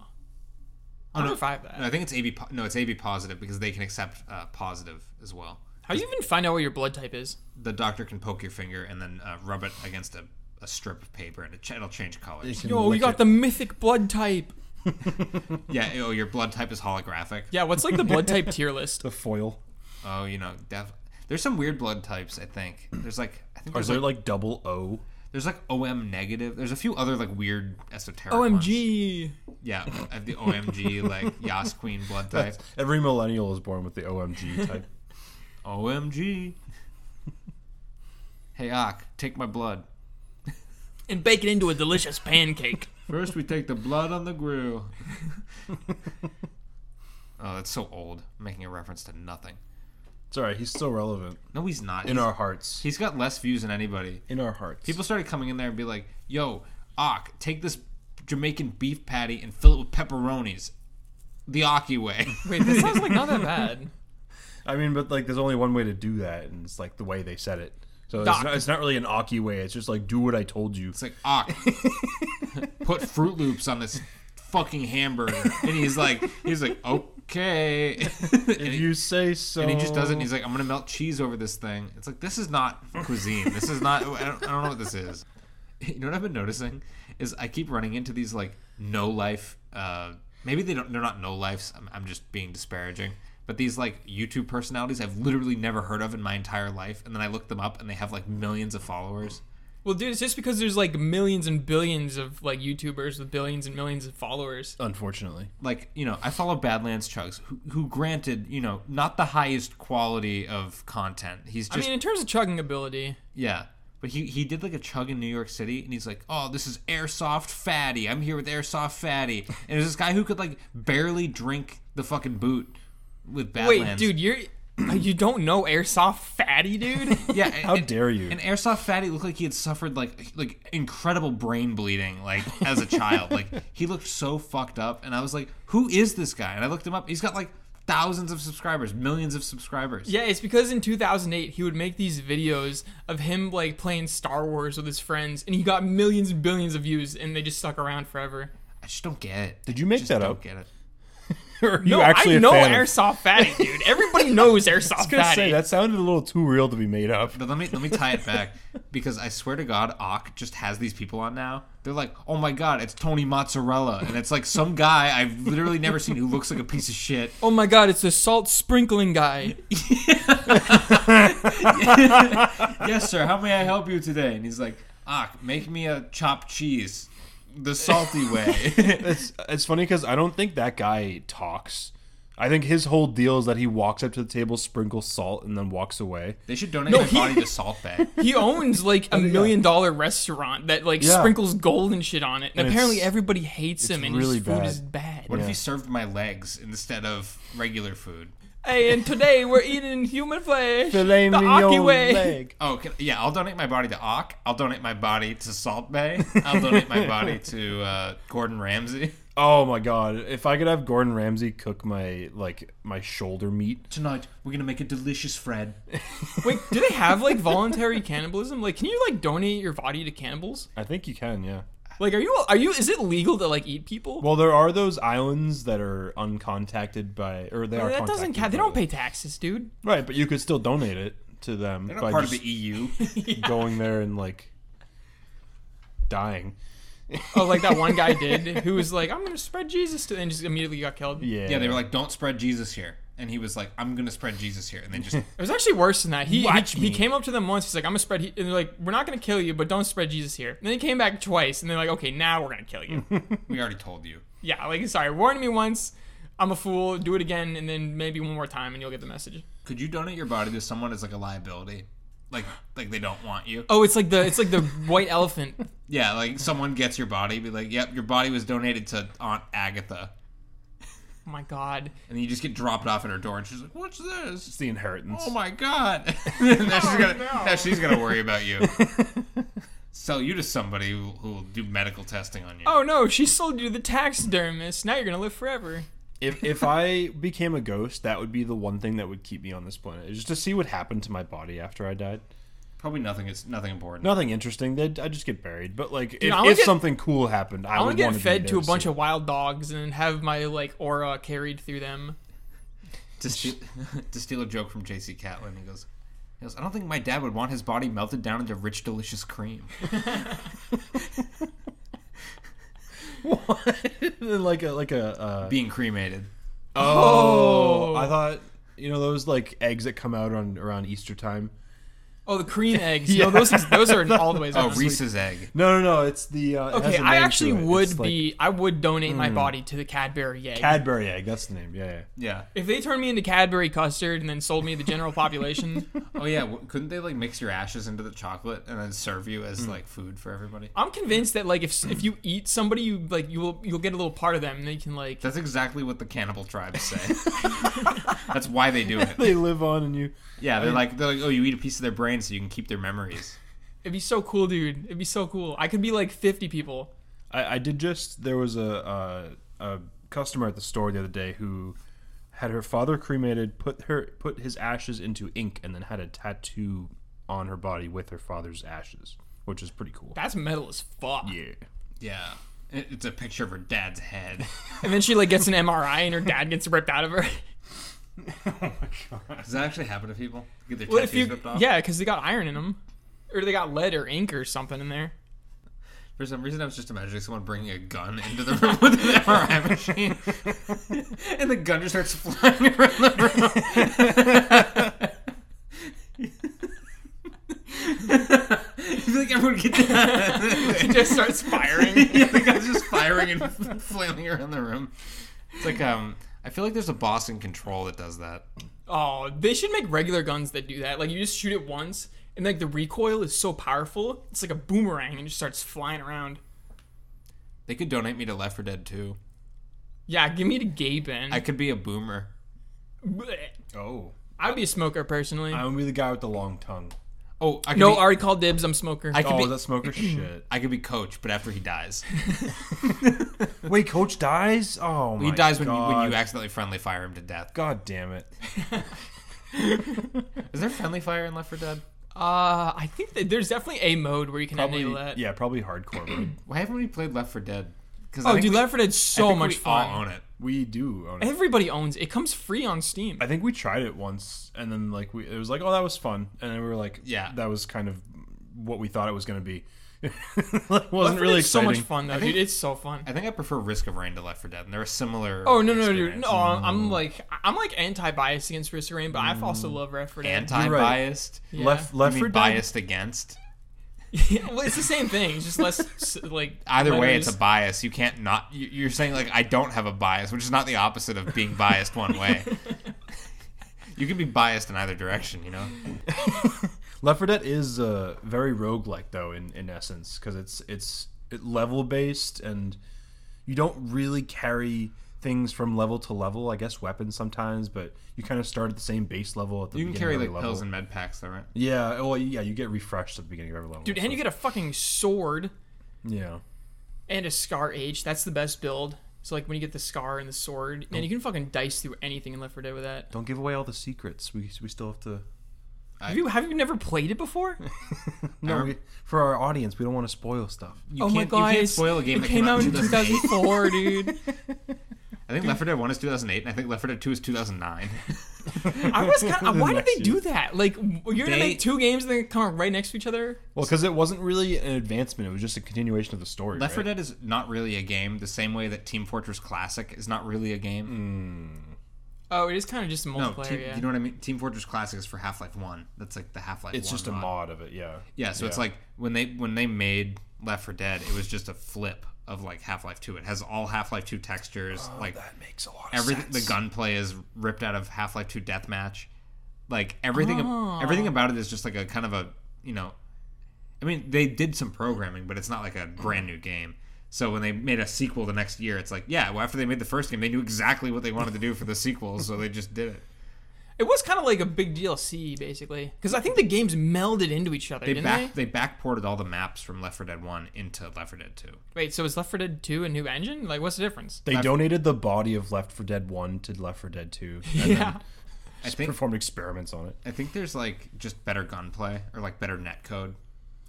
Speaker 3: I don't know if I have that.
Speaker 2: No, I think it's AB. Po- no, it's AB positive because they can accept uh, positive as well.
Speaker 3: How do you even find out what your blood type is?
Speaker 2: The doctor can poke your finger and then uh, rub it against a, a strip of paper and it ch- it'll change colors.
Speaker 1: can
Speaker 3: Yo, we
Speaker 1: lick
Speaker 3: got
Speaker 1: it.
Speaker 3: the mythic blood type.
Speaker 2: yeah. Oh, your blood type is holographic.
Speaker 3: Yeah, what's like the blood type tier list?
Speaker 1: the foil.
Speaker 2: Oh, you know, def- there's some weird blood types. I think there's like I think
Speaker 1: Or
Speaker 2: there's
Speaker 1: is there
Speaker 2: like,
Speaker 1: like double O?
Speaker 2: there's like OM negative. There's a few other like weird esoteric. ones.
Speaker 3: OMG.
Speaker 2: Yeah, I have the OMG like Yas Queen blood type.
Speaker 1: Every millennial is born with the OMG type.
Speaker 2: OMG. hey, Ock, take my blood.
Speaker 3: And bake it into a delicious pancake.
Speaker 2: First, we take the blood on the grill. oh, that's so old. Making a reference to nothing.
Speaker 1: it's alright. He's still relevant
Speaker 2: No, he's not.
Speaker 1: in
Speaker 2: he's,
Speaker 1: our hearts.
Speaker 2: he's got less views than anybody.
Speaker 1: In our hearts.
Speaker 2: People started coming in there and be like, "Yo, Ock, take this Jamaican beef patty and fill it with pepperonis, the Ocky way."
Speaker 3: Wait, this sounds like not that bad.
Speaker 1: I mean, but like, there's only one way to do that, and it's like the way they said it. So it's
Speaker 3: Doc.
Speaker 1: not, it's not really an Aki way. It's just like do what I told you.
Speaker 2: It's like, Ock, put Fruit Loops on this fucking hamburger. And he's like, he's like, okay. and,
Speaker 1: If
Speaker 2: he,
Speaker 1: you say so.
Speaker 2: and he just
Speaker 3: Oh.
Speaker 2: doesn't. He's like, I'm gonna melt cheese over this thing. It's like, this is not cuisine. This is not. I don't, I don't know what this is. You know what I've been noticing is I keep running into these like no life. Uh, maybe they don't. They're not no lifes. I'm, I'm just being disparaging. But these like YouTube personalities I've literally never heard of in my entire life, and then I look them up and they have like millions of followers.
Speaker 3: Well, dude, it's just because there's like millions and billions of like YouTubers with billions and millions of followers.
Speaker 1: Unfortunately,
Speaker 2: like you know i follow badlands chugs who, who granted you know not the highest quality of content he's
Speaker 3: I
Speaker 2: just
Speaker 3: mean, in terms of chugging ability,
Speaker 2: yeah but he, he did like a chug in new york city and he's like oh this is airsoft fatty i'm here with airsoft fatty and there's this guy who could like barely drink the fucking boot with badlands
Speaker 3: wait, dude, you're you don't know airsoft fatty, dude.
Speaker 2: yeah
Speaker 1: how dare you?
Speaker 2: an airsoft fatty looked like he had suffered like like incredible brain bleeding like as a child. like he looked so fucked up, and I was like, "Who is this guy?" And I looked him up. He's got like thousands of subscribers, millions of subscribers.
Speaker 3: yeah, it's because in 2008 he would make these videos of him like playing Star Wars with his friends, and he got millions and billions of views, and they just stuck around forever.
Speaker 2: I just don't get it.
Speaker 1: Did you make
Speaker 2: just
Speaker 1: that
Speaker 2: don't
Speaker 1: up?
Speaker 2: Get it?
Speaker 1: Are
Speaker 3: No,
Speaker 1: you actually
Speaker 3: I
Speaker 1: a
Speaker 3: know
Speaker 1: fan of-
Speaker 3: airsoft fatty, dude. Everybody knows airsoft
Speaker 1: I was gonna
Speaker 3: fatty.
Speaker 1: say that sounded a little too real to be made up.
Speaker 2: But let me let me tie it back because I swear to God, Ock just has these people on now. They're like, "Oh my God, it's Tony Mozzarella," and it's like some guy I've literally never seen who looks like a piece of shit.
Speaker 3: oh my god, it's the salt sprinkling guy.
Speaker 2: yes, sir. How may I help you today? And he's like, Ak, make me a chopped cheese, the salty way.
Speaker 1: It's it's funny because I don't think that guy talks. I think his whole deal is that he walks up to the table, sprinkles salt, and then walks away.
Speaker 2: they should donate my
Speaker 3: he-
Speaker 2: body to Salt Bay.
Speaker 3: He owns like a million dollar restaurant that like
Speaker 1: Oh, Yeah.
Speaker 3: sprinkles gold and shit on it. And,
Speaker 1: And
Speaker 3: apparently
Speaker 1: it's-
Speaker 3: everybody hates him and
Speaker 1: really
Speaker 3: his food
Speaker 1: bad.
Speaker 3: is bad.
Speaker 2: What if he served my legs instead of regular food?
Speaker 3: Hey, and today we're eating human flesh. the Aki way.
Speaker 2: Oh, can, yeah. I'll donate my body to Ak. I'll donate my body to Salt Bay. I'll donate my body to uh, Gordon Ramsay.
Speaker 1: Oh my god! If I could have Gordon Ramsay cook my like my shoulder meat,
Speaker 2: Tonight we're gonna make a delicious Fred.
Speaker 3: Wait, do they have like voluntary cannibalism? Like, can you like donate your body to cannibals?
Speaker 1: I think you can. Yeah.
Speaker 3: Like, are you are you? Is it legal to like eat people?
Speaker 1: Well, there are those islands that are uncontacted by, or they are.
Speaker 3: that doesn't
Speaker 1: contacted
Speaker 3: count. They
Speaker 1: by
Speaker 3: don't
Speaker 1: the-
Speaker 3: pay taxes, dude.
Speaker 1: Right, but you could still donate it to them
Speaker 2: They're not
Speaker 1: by
Speaker 2: part
Speaker 1: just
Speaker 2: of the E EU.
Speaker 1: going there and like dying.
Speaker 3: Oh, like that one guy did who was like, "I'm gonna spread Jesus," to and just immediately got killed.
Speaker 1: Yeah.
Speaker 2: yeah, they were like, "Don't spread Jesus here," and he was like, "I'm gonna spread Jesus here," and they just
Speaker 3: It was actually worse than that. He
Speaker 2: Watch
Speaker 3: he,
Speaker 2: me.
Speaker 3: he came up to them once. He's like, "I'm gonna spread," he-" and they're like, "We're not gonna kill you, but don't spread Jesus here." And then he came back twice, and they're like, "Okay, now we're gonna kill you."
Speaker 2: we already told you.
Speaker 3: yeah, like sorry, warn me once. I'm a fool. Do it again, and then maybe one more time, and you'll get the message.
Speaker 2: Could you donate your body to someone as like a liability? like like they don't want you.
Speaker 3: Oh, it's like the it's like the white elephant. Oh
Speaker 2: Yeah, like someone gets your body, be like, "Yep, your body was donated to Aunt Agatha,"
Speaker 3: Oh my god.
Speaker 2: and you just get dropped off at her door, and she's like, "What's this?"
Speaker 1: It's the inheritance.
Speaker 2: Oh my god! now, she's gonna, now she's gonna worry about you. Sell you to somebody who who will do medical testing on you.
Speaker 3: Oh no, she sold you to the taxidermist. Now you're gonna live forever.
Speaker 1: If if I became a ghost, that would be the one thing that would keep me on this planet, is just to see what happened to my body after I died.
Speaker 2: Probably nothing. It's nothing important.
Speaker 1: Nothing interesting. They'd, I'd just get buried. But like, if,
Speaker 3: I wanna
Speaker 1: if
Speaker 3: get-
Speaker 1: something cool happened, I,
Speaker 3: I
Speaker 1: would
Speaker 3: want to get
Speaker 1: wanna be
Speaker 3: fed
Speaker 1: there
Speaker 3: to a
Speaker 1: see
Speaker 3: bunch
Speaker 1: it.
Speaker 3: of wild dogs and have my like aura carried through them.
Speaker 2: to steal, to steal a joke from J.C. Catlin, he goes, he goes, I don't think my dad would want his body melted down into rich, delicious cream.
Speaker 1: like a like a. Uh,
Speaker 2: Being cremated.
Speaker 1: oh, I thought you know those like eggs that come out on around Easter time.
Speaker 3: Oh, the cream eggs.
Speaker 1: Yeah.
Speaker 3: No, those those are all the ways.
Speaker 2: Oh,
Speaker 3: honestly.
Speaker 2: Reese's egg.
Speaker 1: No, no, no. It's the uh, it has
Speaker 3: Okay,
Speaker 1: a
Speaker 3: I
Speaker 1: name
Speaker 3: actually
Speaker 1: to it.
Speaker 3: would
Speaker 1: It's, like, Hmm.
Speaker 3: be. I would donate my body to the Cadbury egg.
Speaker 1: Cadbury egg. That's the name. Yeah, yeah.
Speaker 2: Yeah.
Speaker 3: if they turned me into Cadbury custard and then sold me to the general population,
Speaker 2: Oh yeah. w- Couldn't they like mix your ashes into the chocolate and then serve you as like food for everybody?
Speaker 3: I'm convinced that like if if you eat somebody, you like you will you'll get a little part of them, and then you can like
Speaker 2: That's exactly what the cannibal tribes say. That's why they do it.
Speaker 1: They live on, and you.
Speaker 2: Yeah, they're like they're like, oh, you eat a piece of their brain so you can keep their memories.
Speaker 3: it'd be so cool, dude. It'd be so cool. I could be like 50 people.
Speaker 1: I, I did just there was a, a a customer at the store the other day who had her father cremated, put her put his ashes into ink, and then had a tattoo on her body with her father's ashes, which is pretty cool.
Speaker 3: That's metal as fuck.
Speaker 1: yeah.
Speaker 2: Yeah. It- It's a picture of her dad's head.
Speaker 3: And then she like gets an MRI, and her dad gets ripped out of her.
Speaker 2: Does that actually happen to people? Get their
Speaker 3: Well,
Speaker 2: tattoos
Speaker 3: if you
Speaker 2: ripped off?
Speaker 3: yeah, because they got iron in them, or they got lead or ink or something in there.
Speaker 2: For some reason, I was just imagining someone bringing a gun into the room with an MRI machine, and the gun just starts flying around the room. you feel like everyone get that?
Speaker 3: It just starts firing.
Speaker 2: yeah, the guy's just firing and flailing around the room. It's like um, I feel like there's a boss in control that does that.
Speaker 3: Oh, they should make regular guns that do that. Like you just shoot it once, and like the recoil is so powerful, it's like a boomerang and it just starts flying around.
Speaker 2: They could donate me to Left 4 Dead 2.
Speaker 3: Yeah, give me to gay Ben.
Speaker 2: I could be a boomer.
Speaker 3: Blech.
Speaker 1: Oh,
Speaker 3: I'd be a smoker personally.
Speaker 1: I'm gonna be the guy with the long tongue.
Speaker 2: Oh, I could
Speaker 3: no,
Speaker 2: be,
Speaker 3: already called dibs. I'm smoker.
Speaker 2: I could
Speaker 1: Oh,
Speaker 2: be
Speaker 1: is that smoker shit.
Speaker 2: I could be coach, but after he dies.
Speaker 1: Wait, Coach dies. Oh, my
Speaker 2: He dies when you, when
Speaker 1: God.
Speaker 2: you accidentally friendly fire him to death.
Speaker 1: God damn it!
Speaker 2: Is there friendly fire in Left 4 Dead?
Speaker 3: uh, I think that there's definitely a mode where you can
Speaker 1: Probably,
Speaker 3: enable that.
Speaker 1: yeah, probably hardcore. But
Speaker 2: Why haven't we played Left 4 Dead? Because
Speaker 3: Oh, dude, Left 4 Dead's so much
Speaker 2: we all
Speaker 3: fun.
Speaker 2: own it.
Speaker 1: we do. Own it.
Speaker 3: Everybody owns it. It comes free on Steam.
Speaker 1: I think we tried it once, and then like we, it was like, oh, that was fun, and then we were like,
Speaker 2: Yeah.
Speaker 1: that was kind of what we thought it was going to be. it wasn't
Speaker 3: Left 4
Speaker 1: really
Speaker 3: Dead's so
Speaker 1: exciting.
Speaker 3: much fun though, dude. It's so fun.
Speaker 2: I think I prefer Risk of Rain to Left 4 Dead, and they're a similar.
Speaker 3: Oh no no dude
Speaker 2: experience.
Speaker 3: no! I'm, I'm like I'm like anti-bias against Risk of Rain, but I also
Speaker 2: Mm.
Speaker 3: love Left 4 Dead.
Speaker 2: Anti-biased.
Speaker 3: Yeah.
Speaker 1: Left,
Speaker 2: I
Speaker 1: left
Speaker 2: mean,
Speaker 1: for dead.
Speaker 2: biased against.
Speaker 3: Yeah, well, it's the same thing. It's just less s- like
Speaker 2: Either way, it's a
Speaker 3: letters.
Speaker 2: bias. You can't not. you- You're saying like I don't have a bias, which is not the opposite of being biased one way. you can be biased in either direction, you know.
Speaker 1: Left for dead is uh, very roguelike though, in in essence, because it's it's it level based, and you don't really carry things from level to level. I guess weapons sometimes, but you kind of start at the same base level at the
Speaker 2: You can
Speaker 1: beginning
Speaker 2: carry
Speaker 1: of
Speaker 2: like
Speaker 1: every level.
Speaker 2: pills and med packs, though, right?
Speaker 1: yeah, well, yeah, you get refreshed at the beginning of every level,
Speaker 3: dude, and you get a fucking sword
Speaker 1: yeah.
Speaker 3: and a scar H. That's the best build. So like when you get the scar and the sword, man, you can fucking dice through anything in Left 4 Dead with that.
Speaker 1: Don't give away all the secrets. We we still have to.
Speaker 3: Have you have you never played it before?
Speaker 1: No, we, for our audience, we don't want to spoil stuff.
Speaker 2: You
Speaker 3: oh
Speaker 2: can't,
Speaker 3: my god,
Speaker 2: you can't spoil a game
Speaker 3: it
Speaker 2: that
Speaker 3: came out in
Speaker 2: 2008.
Speaker 3: 2004, dude.
Speaker 2: I think Left 4 Dead 1 is 2008, and I think Left 4 Dead 2 is 2009.
Speaker 3: I was kind of why did
Speaker 1: Next
Speaker 3: they do that? Like w- you're
Speaker 2: They-
Speaker 3: gonna make two games and they come out right next to each other.
Speaker 1: Well, because it wasn't really an advancement; it was just a continuation of the story.
Speaker 2: Left 4
Speaker 1: right?
Speaker 2: Dead is not really a game, the same way that Team Fortress Classic is not really a game.
Speaker 3: Oh, it is kind of just
Speaker 2: no,
Speaker 3: Mm. multiplayer.
Speaker 2: team,
Speaker 3: yeah.
Speaker 2: you know what I mean? Team Fortress Classic is for Half Life 1. That's like the Half Life
Speaker 1: It's just a mod of it, yeah.
Speaker 2: Yeah, so it's like when they when they made Left 4 Dead, it was just a flip of like Half Life 2. It has all Half Life 2 textures, like
Speaker 1: Oh, that makes a lot of
Speaker 2: everything. The gunplay is ripped out of Half Life 2 Deathmatch. Like everything,
Speaker 3: Oh.
Speaker 2: everything about it is just like a kind of a you know, I mean they did some programming, but it's not like a brand new game. So when they made a sequel the next year, it's like yeah. Well, after they made the first game, they knew exactly what they wanted to do for the sequel, so they just did it.
Speaker 3: It was kind of like a big DLC, basically, because I think the games melded into each other,
Speaker 2: They
Speaker 3: didn't
Speaker 2: back
Speaker 3: they?
Speaker 2: they backported all the maps from Left 4 Dead 1 into Left 4 Dead 2.
Speaker 3: Wait, so is Left 4 Dead 2 a new engine? Like, what's the difference?
Speaker 1: They donated the body of Left for Dead One to Left for Dead Two. And
Speaker 3: yeah,
Speaker 2: I
Speaker 1: Just
Speaker 2: think
Speaker 1: performed experiments on it.
Speaker 2: I think there's like just better gunplay or like better netcode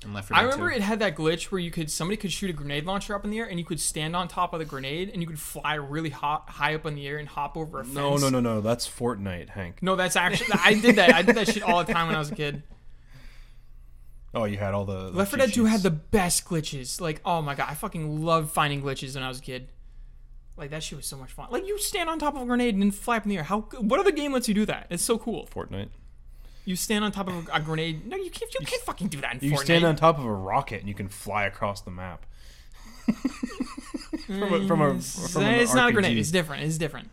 Speaker 2: in Left 4 Dead
Speaker 3: I remember
Speaker 2: 2.
Speaker 3: it had that glitch where you could somebody could shoot a grenade launcher up in the air, and you could stand on top of the grenade, and you could fly really hot, high up in the air and hop over a fence.
Speaker 1: Oh, No, no, no, no. That's Fortnite, Hank.
Speaker 3: No, that's actually I did that. I did that shit all the time when I was a kid.
Speaker 1: Oh, you had all the
Speaker 3: Left 4 Dead 2 had the best glitches. Like, oh my god, I fucking loved finding glitches when I was a kid. Like that shit was so much fun. Like you stand on top of a grenade and fly up in the air. How? What other game lets you do that? It's so cool.
Speaker 1: Fortnite.
Speaker 3: You stand on top of a, a grenade. No, you can't. You can't fucking do that in
Speaker 1: You
Speaker 3: Fortnite.
Speaker 1: stand on top of a rocket and you can fly across the map. from a, from a, from an
Speaker 3: it's not a
Speaker 1: RPG.
Speaker 3: grenade. It's different. It's different.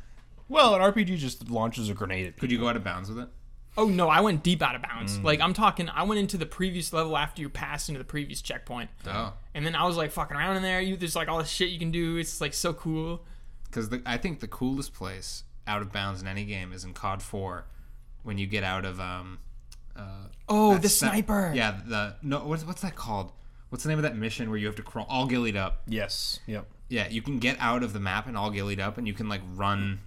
Speaker 1: well, an RPG just launches a grenade at
Speaker 2: Could you go out of bounds with it?
Speaker 3: Oh no, I went deep out of bounds. Like I'm talking, I went into the previous level after you passed into the previous checkpoint,
Speaker 2: Oh.
Speaker 3: and then I was like fucking around in there. You there's like all this shit you can do. It's like so cool.
Speaker 2: Because I think the coolest place out of bounds in any game is in COD 4 when you get out of. um uh,
Speaker 3: Oh,
Speaker 2: that
Speaker 3: the
Speaker 2: se-
Speaker 3: sniper.
Speaker 2: yeah, the. No, what's, what's that called? What's the name of that mission where you have to crawl all gillied up?
Speaker 1: Yes. Yep.
Speaker 2: Yeah, you can get out of the map and all gillied up, and you can like run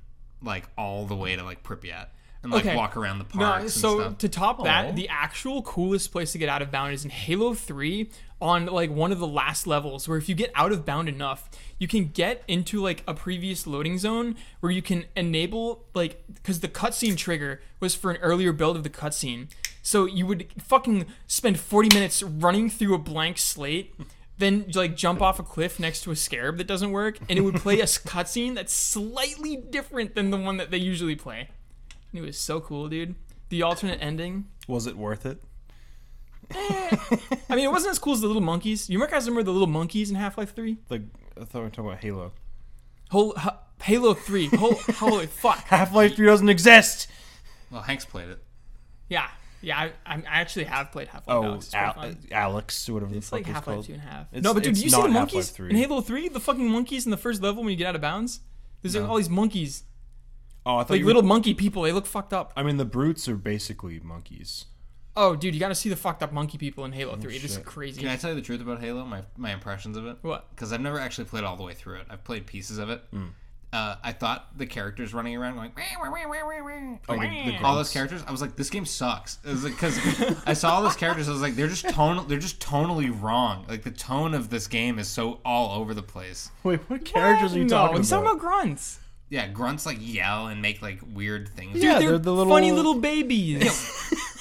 Speaker 2: like all the way to like Pripyat and like
Speaker 3: Okay.
Speaker 2: walk around the
Speaker 3: No,
Speaker 2: parks
Speaker 3: so
Speaker 2: and stuff.
Speaker 3: to top
Speaker 1: Aw.
Speaker 3: that, the actual coolest place to get out of bound is in Halo 3 on like one of the last levels where if you get out of bound enough, you can get into like a previous loading zone where you can enable like cuz the cutscene trigger was for an earlier build of the cutscene. So you would fucking spend 40 minutes running through a blank slate then like jump off a cliff next to a scarab that doesn't work and it would play a s- cutscene that's slightly different than the one that they usually play. It was so cool, dude. The alternate ending.
Speaker 1: Was it worth it?
Speaker 3: I mean, it wasn't as cool as the little monkeys. You guys remember the little monkeys in Half Life Three?
Speaker 1: Like I thought we were talking about Halo.
Speaker 3: Whole, ha- Halo Three. Whole, holy fuck.
Speaker 1: Half Life Three doesn't exist.
Speaker 2: Well, Hank's played it.
Speaker 3: Yeah, yeah. I, I'm- I actually have played Half Life.
Speaker 1: Oh,
Speaker 3: Alex. It's, pretty
Speaker 1: Al-
Speaker 3: fun.
Speaker 1: Alex, or whatever the
Speaker 3: it's
Speaker 1: fuck
Speaker 3: like
Speaker 1: it's
Speaker 3: Half Life
Speaker 1: called.
Speaker 3: Two and a half.
Speaker 1: It's-
Speaker 3: no, but dude,
Speaker 1: it's
Speaker 3: you see the
Speaker 1: not Half-Life
Speaker 3: monkeys
Speaker 1: 3.
Speaker 3: in Halo Three? The fucking monkeys in the first level when you get out of bounds. There's like, all these monkeys,
Speaker 1: Oh, I thought
Speaker 3: like
Speaker 1: you were-
Speaker 3: little monkey people. They look fucked up.
Speaker 1: I mean, the brutes are basically monkeys.
Speaker 3: Oh, dude, you gotta see the fucked up monkey people in Halo Three. this is
Speaker 1: Oh, shit.
Speaker 3: crazy.
Speaker 2: Can I tell you the truth about Halo? My my impressions of it.
Speaker 3: What? Hmm.
Speaker 2: Because I've never actually played all the way through it. I've played pieces of it. Uh, I thought the characters running around going. "Wah, wah, wah, wah, wah, wah,"
Speaker 1: Oh,
Speaker 2: like,
Speaker 1: the- the
Speaker 2: all
Speaker 1: grunts.
Speaker 2: those characters, I was like, "This game sucks." Because I saw all those characters, I was like, "They're just tonal. They're just tonally wrong. Like the tone of this game is so all over the place."
Speaker 1: Wait, what characters are you
Speaker 3: no,
Speaker 1: talking
Speaker 3: he's
Speaker 1: about?
Speaker 3: talking about grunts.
Speaker 2: Yeah, grunts like yell and make like weird things.
Speaker 1: Yeah,
Speaker 3: Dude,
Speaker 1: they're the little-
Speaker 3: funny little babies.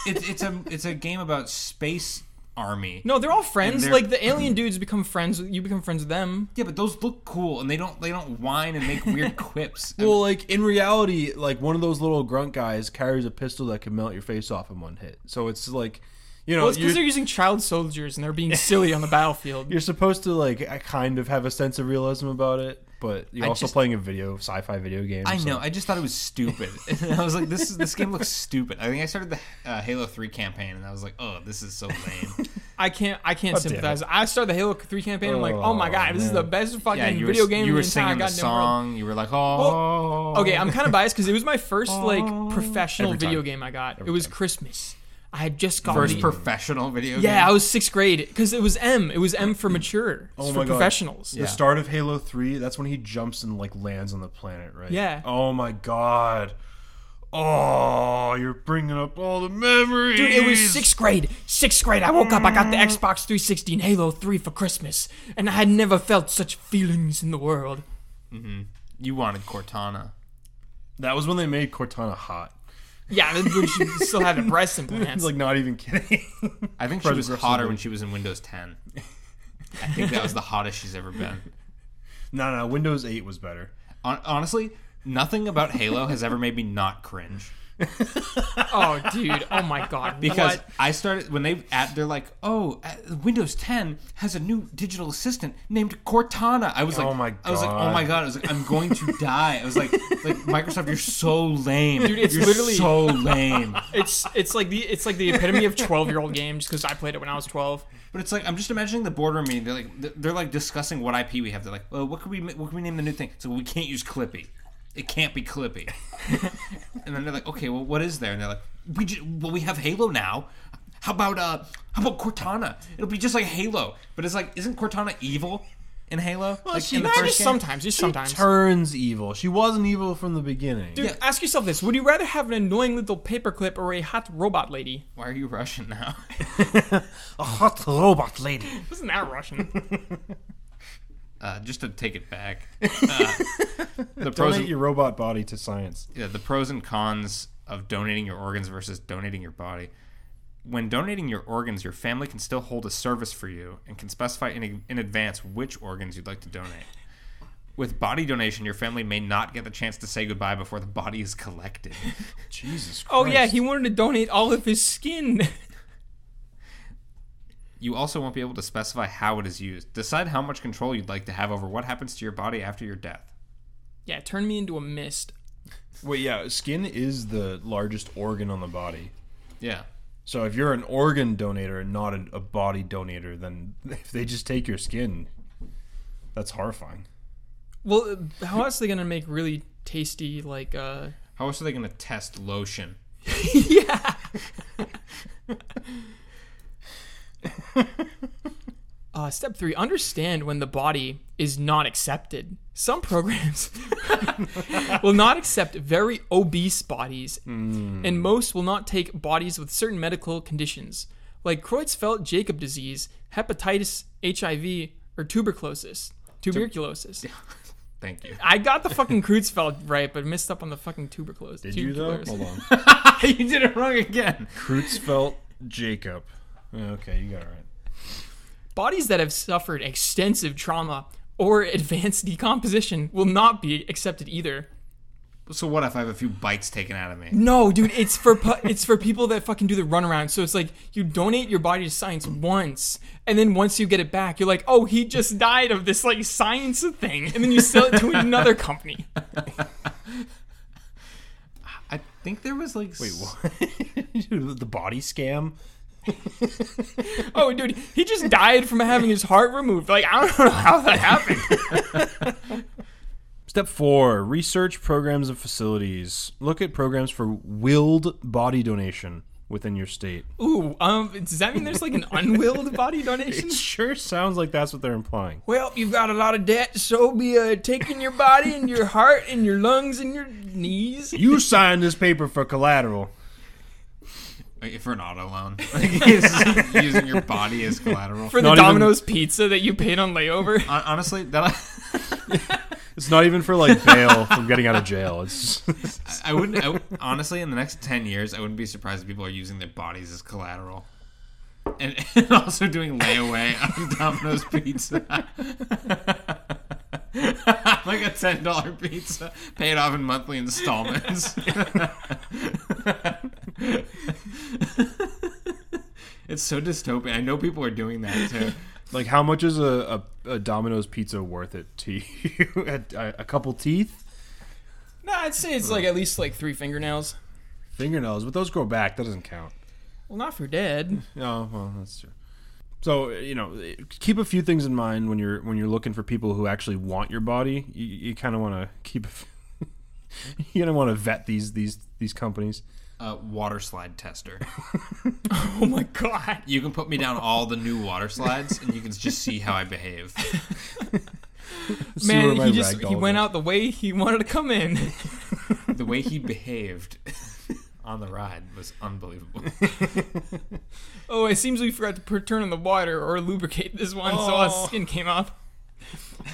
Speaker 2: it's it's a it's a game about space army.
Speaker 3: No, they're all friends.
Speaker 2: they're-
Speaker 3: like the alien dudes become friends. with- You become friends with them.
Speaker 2: Yeah, but those look cool, and they don't they don't whine and make weird quips.
Speaker 1: Well, like in reality, like one of those little grunt guys carries a pistol that can melt your face off in one hit. So it's like, Oh, you know,
Speaker 3: Well, it's because they're
Speaker 1: you're,
Speaker 3: using child soldiers and they're being silly on the battlefield.
Speaker 1: you're supposed to like I kind of have a sense of realism about it, but you're
Speaker 2: I
Speaker 1: also
Speaker 2: just-
Speaker 1: playing a video sci-fi video game.
Speaker 2: I
Speaker 1: so-
Speaker 2: know. I just thought it was stupid. And I was like, this is, this game looks stupid. I think I started the uh, Halo Three campaign, and I was like, oh, this is so lame.
Speaker 3: I can't. I can't
Speaker 1: Oh, damn it.
Speaker 3: sympathize. I started the Halo Three campaign. I'm like, oh my
Speaker 1: Oh,
Speaker 3: god, this is the
Speaker 1: man.
Speaker 3: best fucking
Speaker 2: yeah, you
Speaker 3: video
Speaker 2: were
Speaker 3: game.
Speaker 2: you
Speaker 3: in
Speaker 2: were
Speaker 3: the entire
Speaker 2: singing the
Speaker 3: goddamn world.
Speaker 2: song. You were like, oh,
Speaker 3: Okay, I'm kind of biased because it was my first like professional
Speaker 1: Every time.
Speaker 3: video game I got. it was
Speaker 1: time.
Speaker 3: Christmas. I had just gotten
Speaker 2: first
Speaker 3: the-
Speaker 2: professional video.
Speaker 3: yeah,
Speaker 2: game.
Speaker 3: I was sixth grade because it was M. It was M for mature. It's
Speaker 1: Oh
Speaker 3: for
Speaker 1: my God.
Speaker 3: professionals.
Speaker 1: The start of Halo Three. That's when he jumps and like lands on the planet, right?
Speaker 3: Yeah.
Speaker 1: Oh my god. Oh, you're bringing up all the memories.
Speaker 3: Dude, it was sixth grade. Sixth grade. I woke up. I got the Xbox 360 and Halo 3 for Christmas, and I had never felt such feelings in the world.
Speaker 2: you wanted Cortana.
Speaker 1: That was when they made Cortana hot.
Speaker 3: Yeah, that when she still had the breast implants.
Speaker 1: It's like not even kidding.
Speaker 2: I think she
Speaker 1: Fred
Speaker 2: was
Speaker 1: Grissom
Speaker 2: hotter
Speaker 1: did.
Speaker 2: when she was in Windows 10. I think that was the hottest she's ever been.
Speaker 1: no, no, Windows 8 was better.
Speaker 2: Hon- honestly, nothing about Halo has ever made me not cringe.
Speaker 3: Oh, dude. Oh my god.
Speaker 2: because
Speaker 3: what?
Speaker 2: I started when they at they're like, oh, uh, Windows 10 has a new digital assistant named Cortana. I was like,
Speaker 1: Oh my
Speaker 2: I was like, oh
Speaker 1: God.
Speaker 2: my god. I was like, I'm going to die. I was like, like Microsoft, you're so lame. Dude,
Speaker 3: it's
Speaker 2: you're
Speaker 3: literally-
Speaker 2: so lame.
Speaker 3: it's it's like the it's like the epitome of 12-year-old games cuz I played it when I was 12.
Speaker 2: But it's like I'm just imagining the boardroom meeting. They're like they're- they're like discussing what IP we have. They're like, well, what could we what could we name the new thing? So we can't use Clippy. It can't be Clippy. and then they're like, okay, well, what is there? And they're like, we ju- well we have Halo now. How about uh how about Cortana? It'll be just like Halo. But it's like, isn't Cortana evil in Halo? like
Speaker 1: she-
Speaker 2: in the
Speaker 1: not
Speaker 2: first
Speaker 3: Just
Speaker 2: game?
Speaker 3: sometimes, just sometimes.
Speaker 1: Turns evil. She wasn't evil from the beginning.
Speaker 3: Dude, ask yourself this: Would you rather have an annoying little paperclip or a hot robot lady?
Speaker 2: Why are you Russian now?
Speaker 1: A hot robot lady.
Speaker 3: Isn't that Russian?
Speaker 2: Uh, just to take it back. Uh, the pros
Speaker 1: Donate
Speaker 2: and,
Speaker 1: your robot body to science.
Speaker 2: yeah, the pros and cons of donating your organs versus donating your body. When donating your organs, your family can still hold a service for you and can specify in, in advance which organs you'd like to donate. With body donation, your family may not get the chance to say goodbye before the body is collected.
Speaker 1: Jesus Christ.
Speaker 3: oh yeah, he wanted to donate all of his skin.
Speaker 2: You also won't be able to specify how it is used. Decide how much control you'd like to have over what happens to your body after your death.
Speaker 3: yeah, turn me into a mist.
Speaker 1: Wait, yeah, skin is the largest organ on the body.
Speaker 2: Yeah.
Speaker 1: So if you're an organ donator and not a, a body donator, then if they just take your skin, that's horrifying.
Speaker 3: Well, uh, how else are they gonna make really tasty like uh?
Speaker 2: How else are they going to test lotion?
Speaker 3: yeah. uh, step three: Understand when the body is not accepted. Some programs will not accept very obese bodies,
Speaker 1: Hmm.
Speaker 3: and most will not take bodies with certain medical conditions, like Creutzfeldt-Jacob disease, hepatitis, HIV, or tuberculosis. Tuberculosis.
Speaker 2: Thank you.
Speaker 3: I got the fucking Creutzfeldt right, but missed up on the fucking
Speaker 1: Did
Speaker 3: tuberculosis.
Speaker 1: you though? Hold on.
Speaker 2: you did it wrong again.
Speaker 1: Creutzfeldt Jacob. Okay, you got it right.
Speaker 3: Bodies that have suffered extensive trauma or advanced decomposition will not be accepted either.
Speaker 2: So what if I have a few bites taken out of me?
Speaker 3: No, dude, it's for pu- it's for people that fucking do the runaround. So it's like you donate your body to science once, and then once you get it back, you're like, oh, he just died of this like science thing, and then you sell it to another company.
Speaker 2: I think there was like wait
Speaker 1: the body scam.
Speaker 3: Oh, dude, he just died from having his heart removed. Like I don't know how that happened.
Speaker 1: Step four: research programs and facilities. Look at programs for willed body donation within your state.
Speaker 3: Ooh, um, does that mean there's like an unwilled body donation?
Speaker 1: It sure sounds like that's what they're implying.
Speaker 3: Well, you've got a lot of debt, so be uh, taking your body and your heart and your lungs and your knees.
Speaker 1: You signed this paper for collateral.
Speaker 2: if you're an auto loan, like, it's using your body as collateral.
Speaker 3: For
Speaker 1: Not
Speaker 3: the
Speaker 1: even-
Speaker 3: Domino's pizza that you paid on layover.
Speaker 2: Hon- Honestly, that
Speaker 1: It's not even for like bail from getting out of jail. It's
Speaker 2: I, I wouldn't. I, would- honestly, in the next ten years, I wouldn't be surprised if people are using their bodies as collateral, and, and also doing layaway on Domino's pizza, like a ten dollar pizza, paid off in monthly installments. it's so dystopian. I know people are doing that too.
Speaker 1: like how much is a, a, a Domino's pizza worth it to you? a, a- a couple teeth,
Speaker 3: No, I'd say it's like at least like three fingernails.
Speaker 1: fingernails, but those grow back. That doesn't count.
Speaker 3: Well, not for dead.
Speaker 1: Oh well, that's true. So you know, keep a few things in mind when you're when you're looking for people who actually want your body. You, you kind of want to keep. a f- you don't want to vet these these these companies.
Speaker 2: Uh, water slide tester.
Speaker 3: Oh my god.
Speaker 2: You can put me down all the new water slides, and you can just see how I behave.
Speaker 1: See where
Speaker 3: Man,
Speaker 1: my
Speaker 3: he just
Speaker 1: rag
Speaker 3: he
Speaker 1: doll
Speaker 3: went
Speaker 1: goes.
Speaker 3: out the way he wanted to come in.
Speaker 2: the way he behaved on the ride was unbelievable.
Speaker 3: oh, it seems we forgot to per- turn on the water or lubricate this one, so our
Speaker 2: Oh.
Speaker 3: skin came off.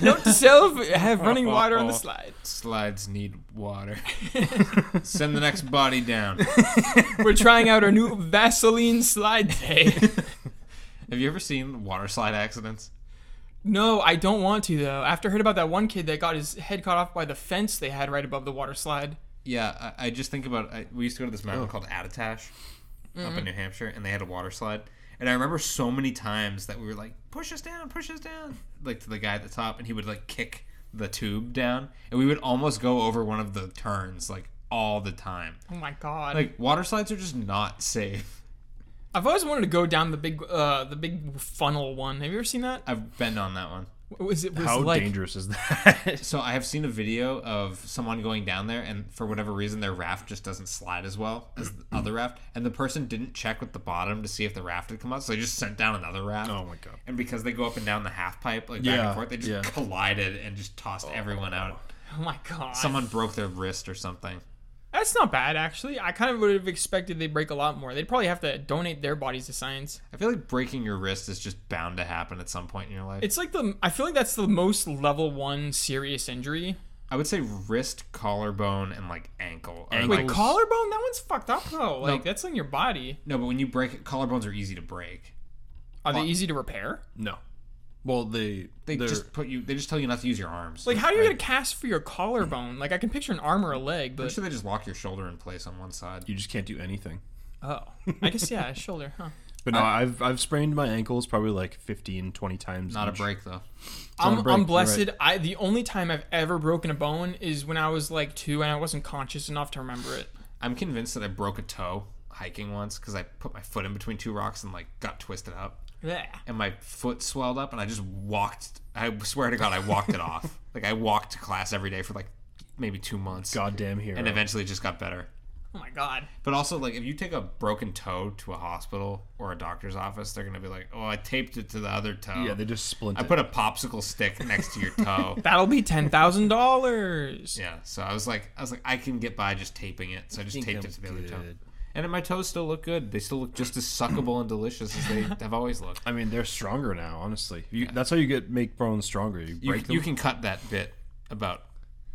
Speaker 3: Note to self: have running water on the slide.
Speaker 2: Slides need water. Send the next body down.
Speaker 3: We're trying out our new Vaseline slide day.
Speaker 2: Have you ever seen water slide accidents?
Speaker 3: No, I don't want to though. After I heard about that one kid that got his head caught off by the fence they had right above the water slide.
Speaker 2: Yeah, I, I just think about I, we used to go to this mountain called Attitash up in New Hampshire, and they had a water slide. And I remember so many times that we were like, "Push us down, push us down!" Like to the guy at the top, and he would like kick the tube down, and we would almost go over one of the turns like all the time.
Speaker 3: Oh my god!
Speaker 2: Like water slides are just not safe.
Speaker 3: I've always wanted to go down the big, uh, the big funnel one. Have you ever seen that?
Speaker 2: I've been on that one.
Speaker 3: Was it was
Speaker 1: How
Speaker 3: like
Speaker 1: dangerous is that?
Speaker 2: So I have seen a video of someone going down there, and for whatever reason, their raft just doesn't slide as well as the other raft, and the person didn't check with the bottom to see if the raft had come up, so they just sent down another raft.
Speaker 1: Oh my God.
Speaker 2: And because they go up and down the half pipe like back
Speaker 1: Yeah,
Speaker 2: and forth, they just
Speaker 1: yeah.
Speaker 2: collided and just tossed everyone out.
Speaker 3: Oh my god!
Speaker 2: Someone broke their wrist or something.
Speaker 3: That's not bad actually. I kind of would have expected they'd break a lot more. They'd probably have to donate their bodies to science.
Speaker 2: I feel like breaking your wrist is just bound to happen at some point in your life.
Speaker 3: It's like the I feel like that's the most level one serious injury.
Speaker 2: I would say wrist, collarbone, and like ankle. Or,
Speaker 1: Ankle.
Speaker 3: Wait,
Speaker 2: like-
Speaker 3: collarbone? That one's fucked up though. Like that's on your body.
Speaker 2: no, but when you break collarbones are easy to break.
Speaker 3: Are they easy to repair?
Speaker 1: no. Well, they
Speaker 2: They
Speaker 1: they're-
Speaker 2: just put you. They just tell you not to use your arms.
Speaker 3: Like how do you get a cast for your collarbone? Like I can picture an arm or a leg,
Speaker 2: I'm
Speaker 3: but
Speaker 2: sure they just lock your shoulder in place on one side.
Speaker 1: you just can't do anything.
Speaker 3: oh, I guess yeah, shoulder, huh?
Speaker 1: But no, I, have I've sprained my ankles probably like 15, 20 times.
Speaker 2: Not a
Speaker 1: each.
Speaker 2: break though.
Speaker 1: on
Speaker 3: I'm,
Speaker 1: a break,
Speaker 3: I'm
Speaker 1: you're
Speaker 3: blessed.
Speaker 1: right.
Speaker 3: I the only time I've ever broken a bone is when I was like two and I wasn't conscious enough to remember it.
Speaker 2: I'm convinced that I broke a toe hiking once because I put my foot in between two rocks and like got twisted up,
Speaker 3: Yeah.
Speaker 2: and my foot swelled up, and I just walked. I swear to God, I walked it off. Like I walked to class every day for like maybe two months,
Speaker 1: Goddamn hero.
Speaker 2: and eventually it just got better.
Speaker 3: Oh my god.
Speaker 2: But also, like if you take a broken toe to a hospital or a doctor's office, they're gonna be like, "Oh, I taped it to the other toe.
Speaker 1: yeah, they just splint
Speaker 2: I
Speaker 1: it.
Speaker 2: put a popsicle stick next to your toe."
Speaker 3: That'll be ten thousand dollars.
Speaker 2: Yeah, so I was like, I was like, I can get by just taping it. So I just
Speaker 1: think
Speaker 2: taped
Speaker 1: I'm
Speaker 2: it to the other toe,
Speaker 1: good.
Speaker 2: and then my toes still look good. They still look just as suckable and delicious as they have always looked.
Speaker 1: I mean, they're stronger now. Honestly, you, that's how you get make bones stronger. You
Speaker 2: You,
Speaker 1: break them.
Speaker 2: you can cut that bit about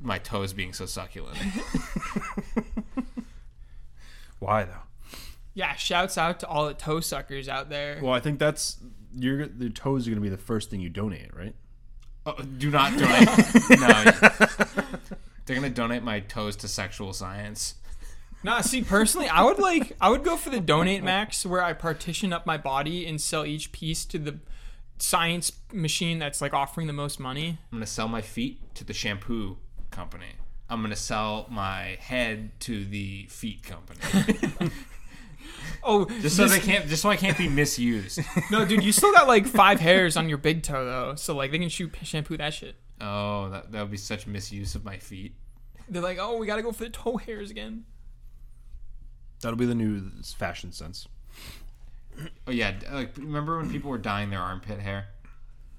Speaker 2: my toes being so succulent.
Speaker 1: Why though?
Speaker 3: Yeah, shouts out to all the toe suckers out there.
Speaker 1: Well, I think that's your your toes are gonna be the first thing you donate, right?
Speaker 2: oh, do not donate. no, they're gonna donate my toes to sexual science.
Speaker 3: Nah, see, personally, I would like I would go for the donate max where I partition up my body and sell each piece to the science machine that's like offering the most money.
Speaker 2: I'm gonna sell my feet to the shampoo company. I'm gonna sell my head to the feet company.
Speaker 3: Oh,
Speaker 2: Just so they can't, just so I can't be misused.
Speaker 3: no, dude, you still got like five hairs on your big toe though, so like they can shoot shampoo that shit.
Speaker 2: Oh, that that would be such misuse of my feet.
Speaker 3: They're like, oh, we gotta go for the toe hairs again.
Speaker 1: That'll be the new fashion sense.
Speaker 2: Oh yeah, d- like remember when people were dyeing their armpit hair?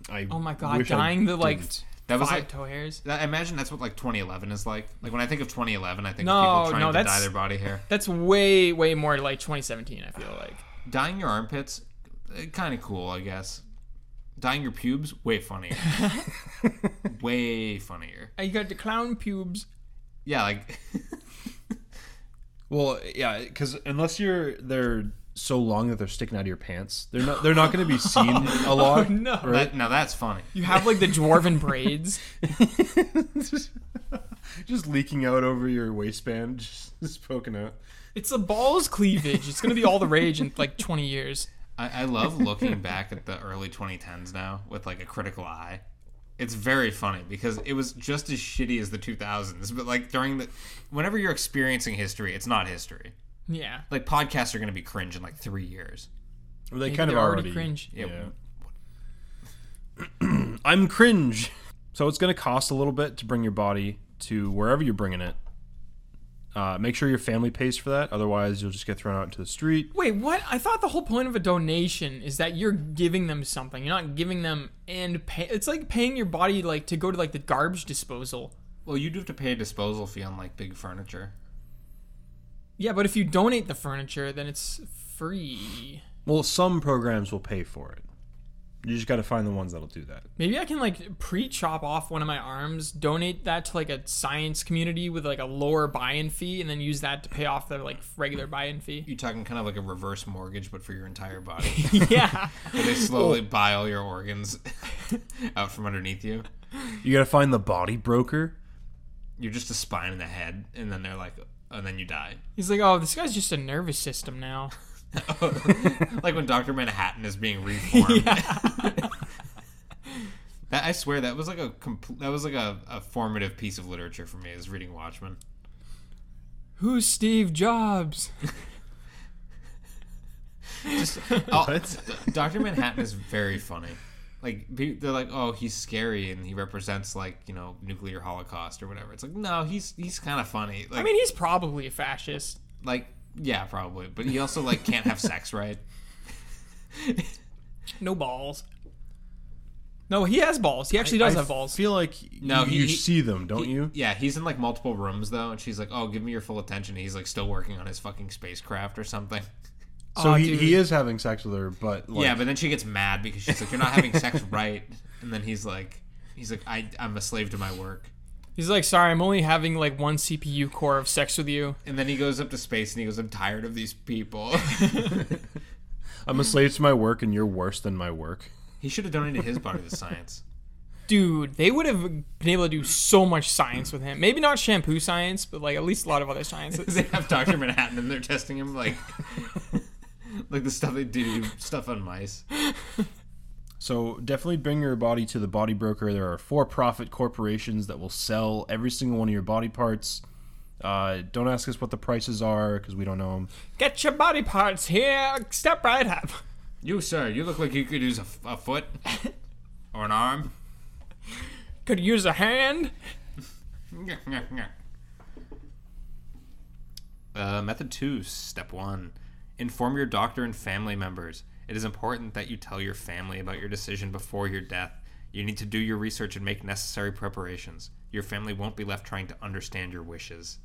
Speaker 1: I
Speaker 3: Oh my god,
Speaker 1: wish I
Speaker 3: dying the like
Speaker 1: didn't.
Speaker 2: That was
Speaker 3: five
Speaker 2: like
Speaker 3: toe hairs.
Speaker 2: that, I imagine that's what like 2011 is like. Like when I think of 2011, I think
Speaker 3: No,
Speaker 2: of people trying
Speaker 3: no,
Speaker 2: to
Speaker 3: that's-
Speaker 2: dye their body hair.
Speaker 3: That's way way more like 2017. I feel like.
Speaker 2: Dyeing your armpits, kind of cool, I guess. Dyeing your pubes, way funnier. way funnier.
Speaker 3: I got the clown pubes.
Speaker 2: Yeah, like
Speaker 1: Well, yeah, because unless you're they're so long that they're sticking out of your pants, they're not they're not gonna be seen a lot.
Speaker 3: Oh, no.
Speaker 1: right?
Speaker 2: that, now that's funny.
Speaker 3: You have like the dwarven braids.
Speaker 1: just leaking out over your waistband, just, just poking out.
Speaker 3: It's the balls cleavage. It's gonna be all the rage in like 20 years.
Speaker 2: I, I love looking back at the early 2010s now with like a critical eye. It's very funny because it was just as shitty as the 2000s, but like during the, whenever you're experiencing history, it's not history.
Speaker 3: Yeah.
Speaker 2: Like podcasts are going to be cringe in like three years.
Speaker 1: Or they kind of
Speaker 3: they're already
Speaker 1: already,
Speaker 3: cringe.
Speaker 1: Yeah.
Speaker 2: Yeah.
Speaker 1: I'm cringe. So it's going to cost a little bit to bring your body to wherever you're bringing it. Uh, make sure your family pays for that. Otherwise, you'll just get thrown out into the street.
Speaker 3: Wait, what? I thought the whole point of a donation is that you're giving them something. You're not giving them and pay. It's like paying your body like to go to like the garbage disposal.
Speaker 2: Well, you do have to pay a disposal fee on like big furniture.
Speaker 3: Yeah, but if you donate the furniture, then it's free.
Speaker 1: Well, some programs will pay for it. You just got to find the ones that'll do that.
Speaker 3: Maybe I can like pre-chop off one of my arms, donate that to like a science community with like a lower buy-in fee, and then use that to pay off their like regular buy-in fee.
Speaker 2: You're talking kind of like a reverse mortgage, but for your entire body.
Speaker 3: yeah.
Speaker 2: they slowly buy all your organs out from underneath you.
Speaker 1: You got to find the body broker.
Speaker 2: You're just a spine in the head, and then they're like, and then you die.
Speaker 3: He's like, oh, this guy's just a nervous system now.
Speaker 2: like when Doctor Manhattan is being reformed. that, I swear that was like a compl- that was like a, a formative piece of literature for me. Is reading Watchmen.
Speaker 3: Who's Steve Jobs?
Speaker 2: Just oh, Doctor Manhattan is very funny. Like pe- they're like, oh, he's scary and he represents like you know nuclear holocaust or whatever. It's like no, he's he's kind of funny. Like
Speaker 3: I mean, he's probably a fascist.
Speaker 2: like yeah, probably, but he also like can't have sex, right?
Speaker 3: No balls. No, he has balls. He actually does
Speaker 1: I
Speaker 3: have balls.
Speaker 1: feel like
Speaker 2: No,
Speaker 1: no,
Speaker 2: he-
Speaker 1: you
Speaker 2: he-
Speaker 1: see them, don't you?
Speaker 2: Yeah, he's in like multiple rooms though, and she's like, "Oh, give me your full attention." He's like still working on his fucking spacecraft or something.
Speaker 1: So
Speaker 3: Aw,
Speaker 1: he,
Speaker 3: dude.
Speaker 1: he is having sex with her, but like,
Speaker 2: yeah, but then she gets mad because she's like, "You're not having sex right," and then he's like, "He's like, I, I'm a slave to my work."
Speaker 3: He's like, sorry, I'm only having like one CPU core of sex with you.
Speaker 2: And then he goes up to space and he goes, "I'm tired of these people."
Speaker 1: I'm a slave to my work, and you're worse than my work.
Speaker 2: he should have donated his body to science.
Speaker 3: Dude, they would have been able to do so much science with him. Maybe not shampoo science, but like at least a lot of other sciences.
Speaker 2: They have Doctor Manhattan and they're testing him like, like the stuff they do stuff on mice.
Speaker 1: So definitely bring your body to the body broker. There are for-profit corporations that will sell every single one of your body parts. Uh, don't ask us what the prices are because we don't know them.
Speaker 3: Get your body parts here. Step right up.
Speaker 2: You sir, you look like you could use a, f- a foot or an arm.
Speaker 3: Could use a hand.
Speaker 2: Uh, method two, step one inform your doctor and family members. It is important that you tell your family about your decision before your death. You need to do your research and make necessary preparations. Your family won't be left trying to understand your wishes.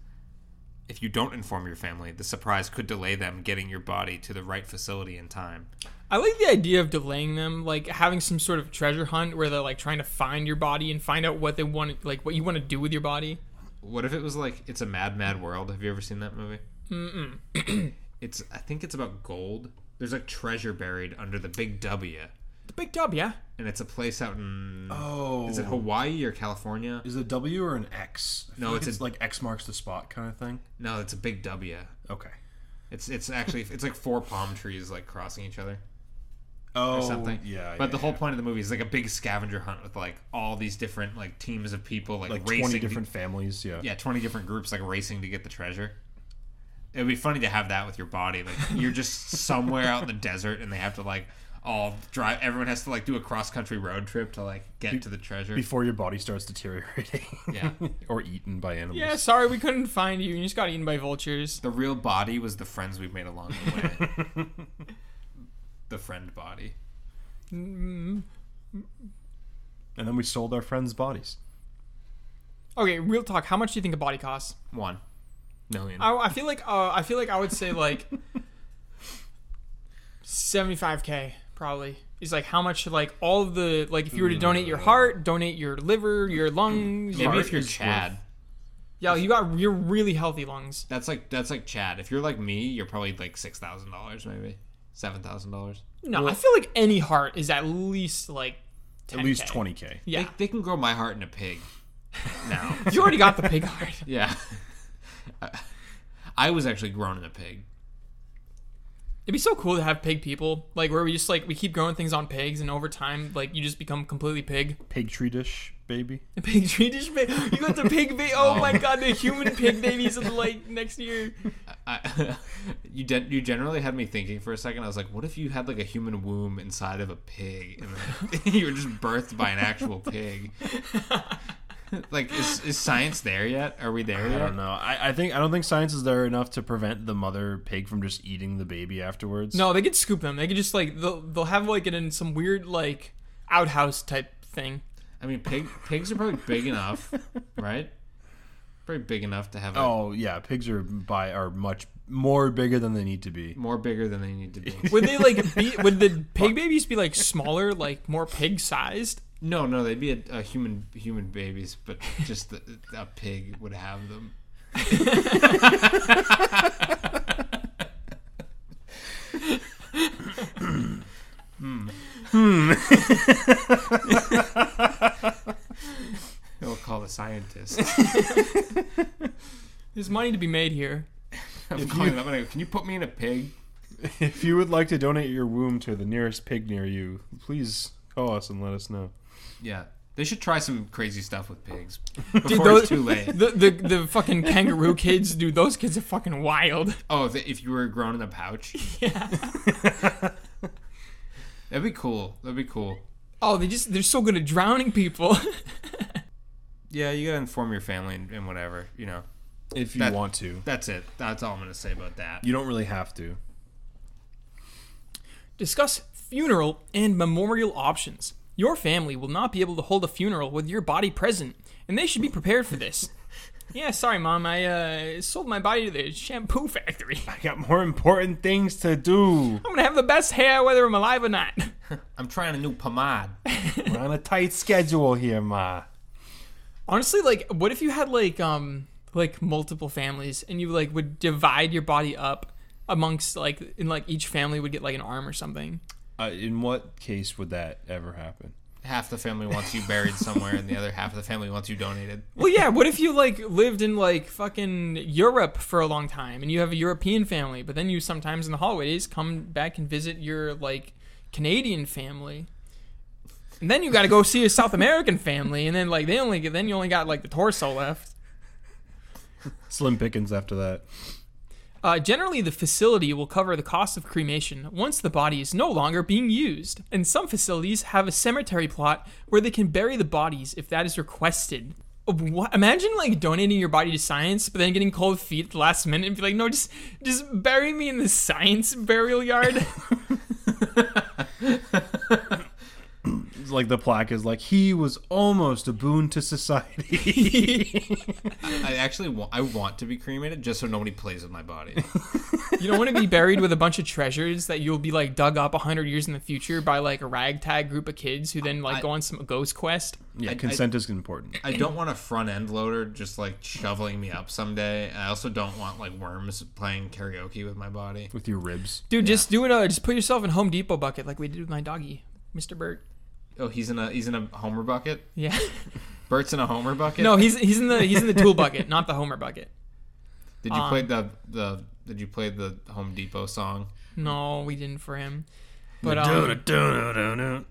Speaker 2: If you don't inform your family, the surprise could delay them getting your body to the right facility in time.
Speaker 3: I like the idea of delaying them, like having some sort of treasure hunt where they're like trying to find your body and find out what they want, like what you want to do with your body.
Speaker 2: What if it was like it's a Mad Mad World? Have you ever seen that movie? Mm-mm. it's I think it's about gold. There's like treasure buried under the Big W,
Speaker 3: The big dub, yeah.
Speaker 2: and it's a place out in
Speaker 1: Oh,
Speaker 2: is it Hawaii or California?
Speaker 1: Is it a W or an X? I feel
Speaker 2: No,
Speaker 1: like
Speaker 2: it's a-
Speaker 1: like X marks the spot kind of thing.
Speaker 2: No, it's a Big W.
Speaker 1: Okay.
Speaker 2: It's it's actually it's like four palm trees like crossing each other
Speaker 1: Oh,
Speaker 2: or something.
Speaker 1: yeah.
Speaker 2: But
Speaker 1: yeah,
Speaker 2: the whole
Speaker 1: yeah.
Speaker 2: point of the movie is like a big scavenger hunt with like all these different like teams of people like,
Speaker 1: like
Speaker 2: racing
Speaker 1: twenty
Speaker 2: to-
Speaker 1: different families. Yeah.
Speaker 2: yeah, 20 different groups like racing to get the treasure. It would be funny to have that with your body. Like you're just somewhere out in the desert and they have to like all drive everyone has to like do a cross country road trip to like get to the treasure.
Speaker 1: Before your body starts deteriorating.
Speaker 2: Yeah.
Speaker 1: or eaten by animals.
Speaker 3: Yeah, sorry, we couldn't find you. You just got eaten by vultures.
Speaker 2: The real body was the friends we've made along the way. the friend body.
Speaker 1: And then we sold our friends' bodies.
Speaker 3: Okay, real talk. How much do you think a body costs?
Speaker 2: 1 million.
Speaker 3: I, I feel like uh, I feel like I would say like seventy five k probably. Is like how much like all of the like if you were to donate your heart, donate your liver, your lungs, your,
Speaker 2: Maybe if you're
Speaker 1: is
Speaker 2: Chad.
Speaker 3: yeah, you got your really healthy lungs.
Speaker 2: That's like that's like Chad. If you're like me, you're probably like $6,000 maybe. $7,000.
Speaker 3: No, I feel like any heart is at least like 10K.
Speaker 1: At least twenty k.
Speaker 3: Yeah,
Speaker 2: They, they can grow my heart in a pig now.
Speaker 3: you already got the pig heart.
Speaker 2: Yeah. I was actually grown in a pig.
Speaker 3: It'd be so cool to have pig people, like where we just like we keep growing things on pigs, and over time, like you just become completely pig.
Speaker 1: Pig tree dish baby.
Speaker 3: The pig tree dish pig. You got the pig baby. Oh my god, the human pig babies in like next year.
Speaker 2: I, you de- you generally had me thinking for a second. I was like, what if you had like a human womb inside of a pig, and then you were just birthed by an actual pig? like, is, is science there yet? Are we there
Speaker 1: I
Speaker 2: yet?
Speaker 1: don't know. I, I think I don't think science is there enough to prevent the mother pig from just eating the baby afterwards.
Speaker 3: No, they could scoop them. They could just like they'll they'll have like it in some weird like outhouse type thing.
Speaker 2: I mean, pig pigs are probably big enough, right? Probably big enough to have a,
Speaker 1: Oh yeah, pigs are by are much more bigger than they need to be.
Speaker 2: more bigger than they need to be.
Speaker 3: Would they like be? Would the pig babies be like smaller, like more pig sized?
Speaker 2: No, no, they'd be a, a human human babies, but just the, a pig would have them. hmm. Hmm. We'll call a scientist.
Speaker 3: There's money to be made here.
Speaker 2: I'm
Speaker 1: If
Speaker 2: calling
Speaker 1: you-
Speaker 2: them up and I go, Can you put me in a pig?
Speaker 1: If you would like to donate your womb to the nearest pig near you, please call us and let us know.
Speaker 2: Yeah. They should try some crazy stuff with pigs before it's too late.
Speaker 3: The, the the fucking kangaroo kids, dude. Those kids are fucking wild.
Speaker 2: Oh, if, if you were grown in a pouch,
Speaker 3: Yeah.
Speaker 2: that'd be cool. That'd be cool.
Speaker 3: Oh, they just they're so good at drowning people.
Speaker 2: Yeah, you gotta inform your family and, and whatever. You know,
Speaker 1: If you
Speaker 2: That-
Speaker 1: want to.
Speaker 2: that's it. That's all I'm gonna say about that.
Speaker 1: You don't really have to.
Speaker 3: Discuss funeral and memorial options. Your family will not be able to hold a funeral with your body present, and they should be prepared for this. yeah, sorry, mom. I uh, sold my body to the shampoo factory.
Speaker 1: I got more important things to do.
Speaker 3: I'm gonna have the best hair whether I'm alive or not.
Speaker 2: I'm trying a new pomade.
Speaker 1: We're on a tight schedule here, Ma.
Speaker 3: Honestly, like, what if you had like um like multiple families and you like would divide your body up amongst like and like each family would get like an arm or something.
Speaker 1: Uh, in what case would that ever happen?
Speaker 2: half the family wants you buried somewhere, and the other half of the family wants you donated.
Speaker 3: Well, yeah. What if you like lived in like fucking Europe for a long time and you have a European family, but then you sometimes in the hallways come back and visit your like Canadian family, and then you got to go see a South American family, and then like they only then you only got like the torso left.
Speaker 1: Slim pickings after that.
Speaker 3: Uh, generally, the facility will cover the cost of cremation once the body is no longer being used, and some facilities have a cemetery plot where they can bury the bodies if that is requested. Uh, wha- Imagine like donating your body to science, but then getting cold feet at the last minute and be like, "No, just just bury me in the science burial yard."
Speaker 1: It's Like the plaque is like he was almost a boon to society.
Speaker 2: I actually want. I want to be cremated just so nobody plays with my body.
Speaker 3: you don't want to be buried with a bunch of treasures that you'll be like dug up hundred years in the future by like a ragtag group of kids who then like
Speaker 2: I-
Speaker 3: go on some ghost quest.
Speaker 1: yeah,
Speaker 2: I-
Speaker 1: consent is important.
Speaker 2: I don't want a front end loader just like shoveling me up someday. I also don't want like worms playing karaoke with my body.
Speaker 1: With your ribs.
Speaker 3: Dude, just do it. Uh, just put yourself in Home Depot bucket like we did with my doggy, Mr. Bert.
Speaker 2: Oh, he's in a he's in a Homer bucket.
Speaker 3: Yeah.
Speaker 2: Bert's in a Homer bucket.
Speaker 3: No, he's he's in the he's in the tool bucket, not the Homer bucket.
Speaker 2: Did you
Speaker 3: Um,
Speaker 2: play the the Did you play the Home Depot song?
Speaker 3: No, we didn't for him. But um,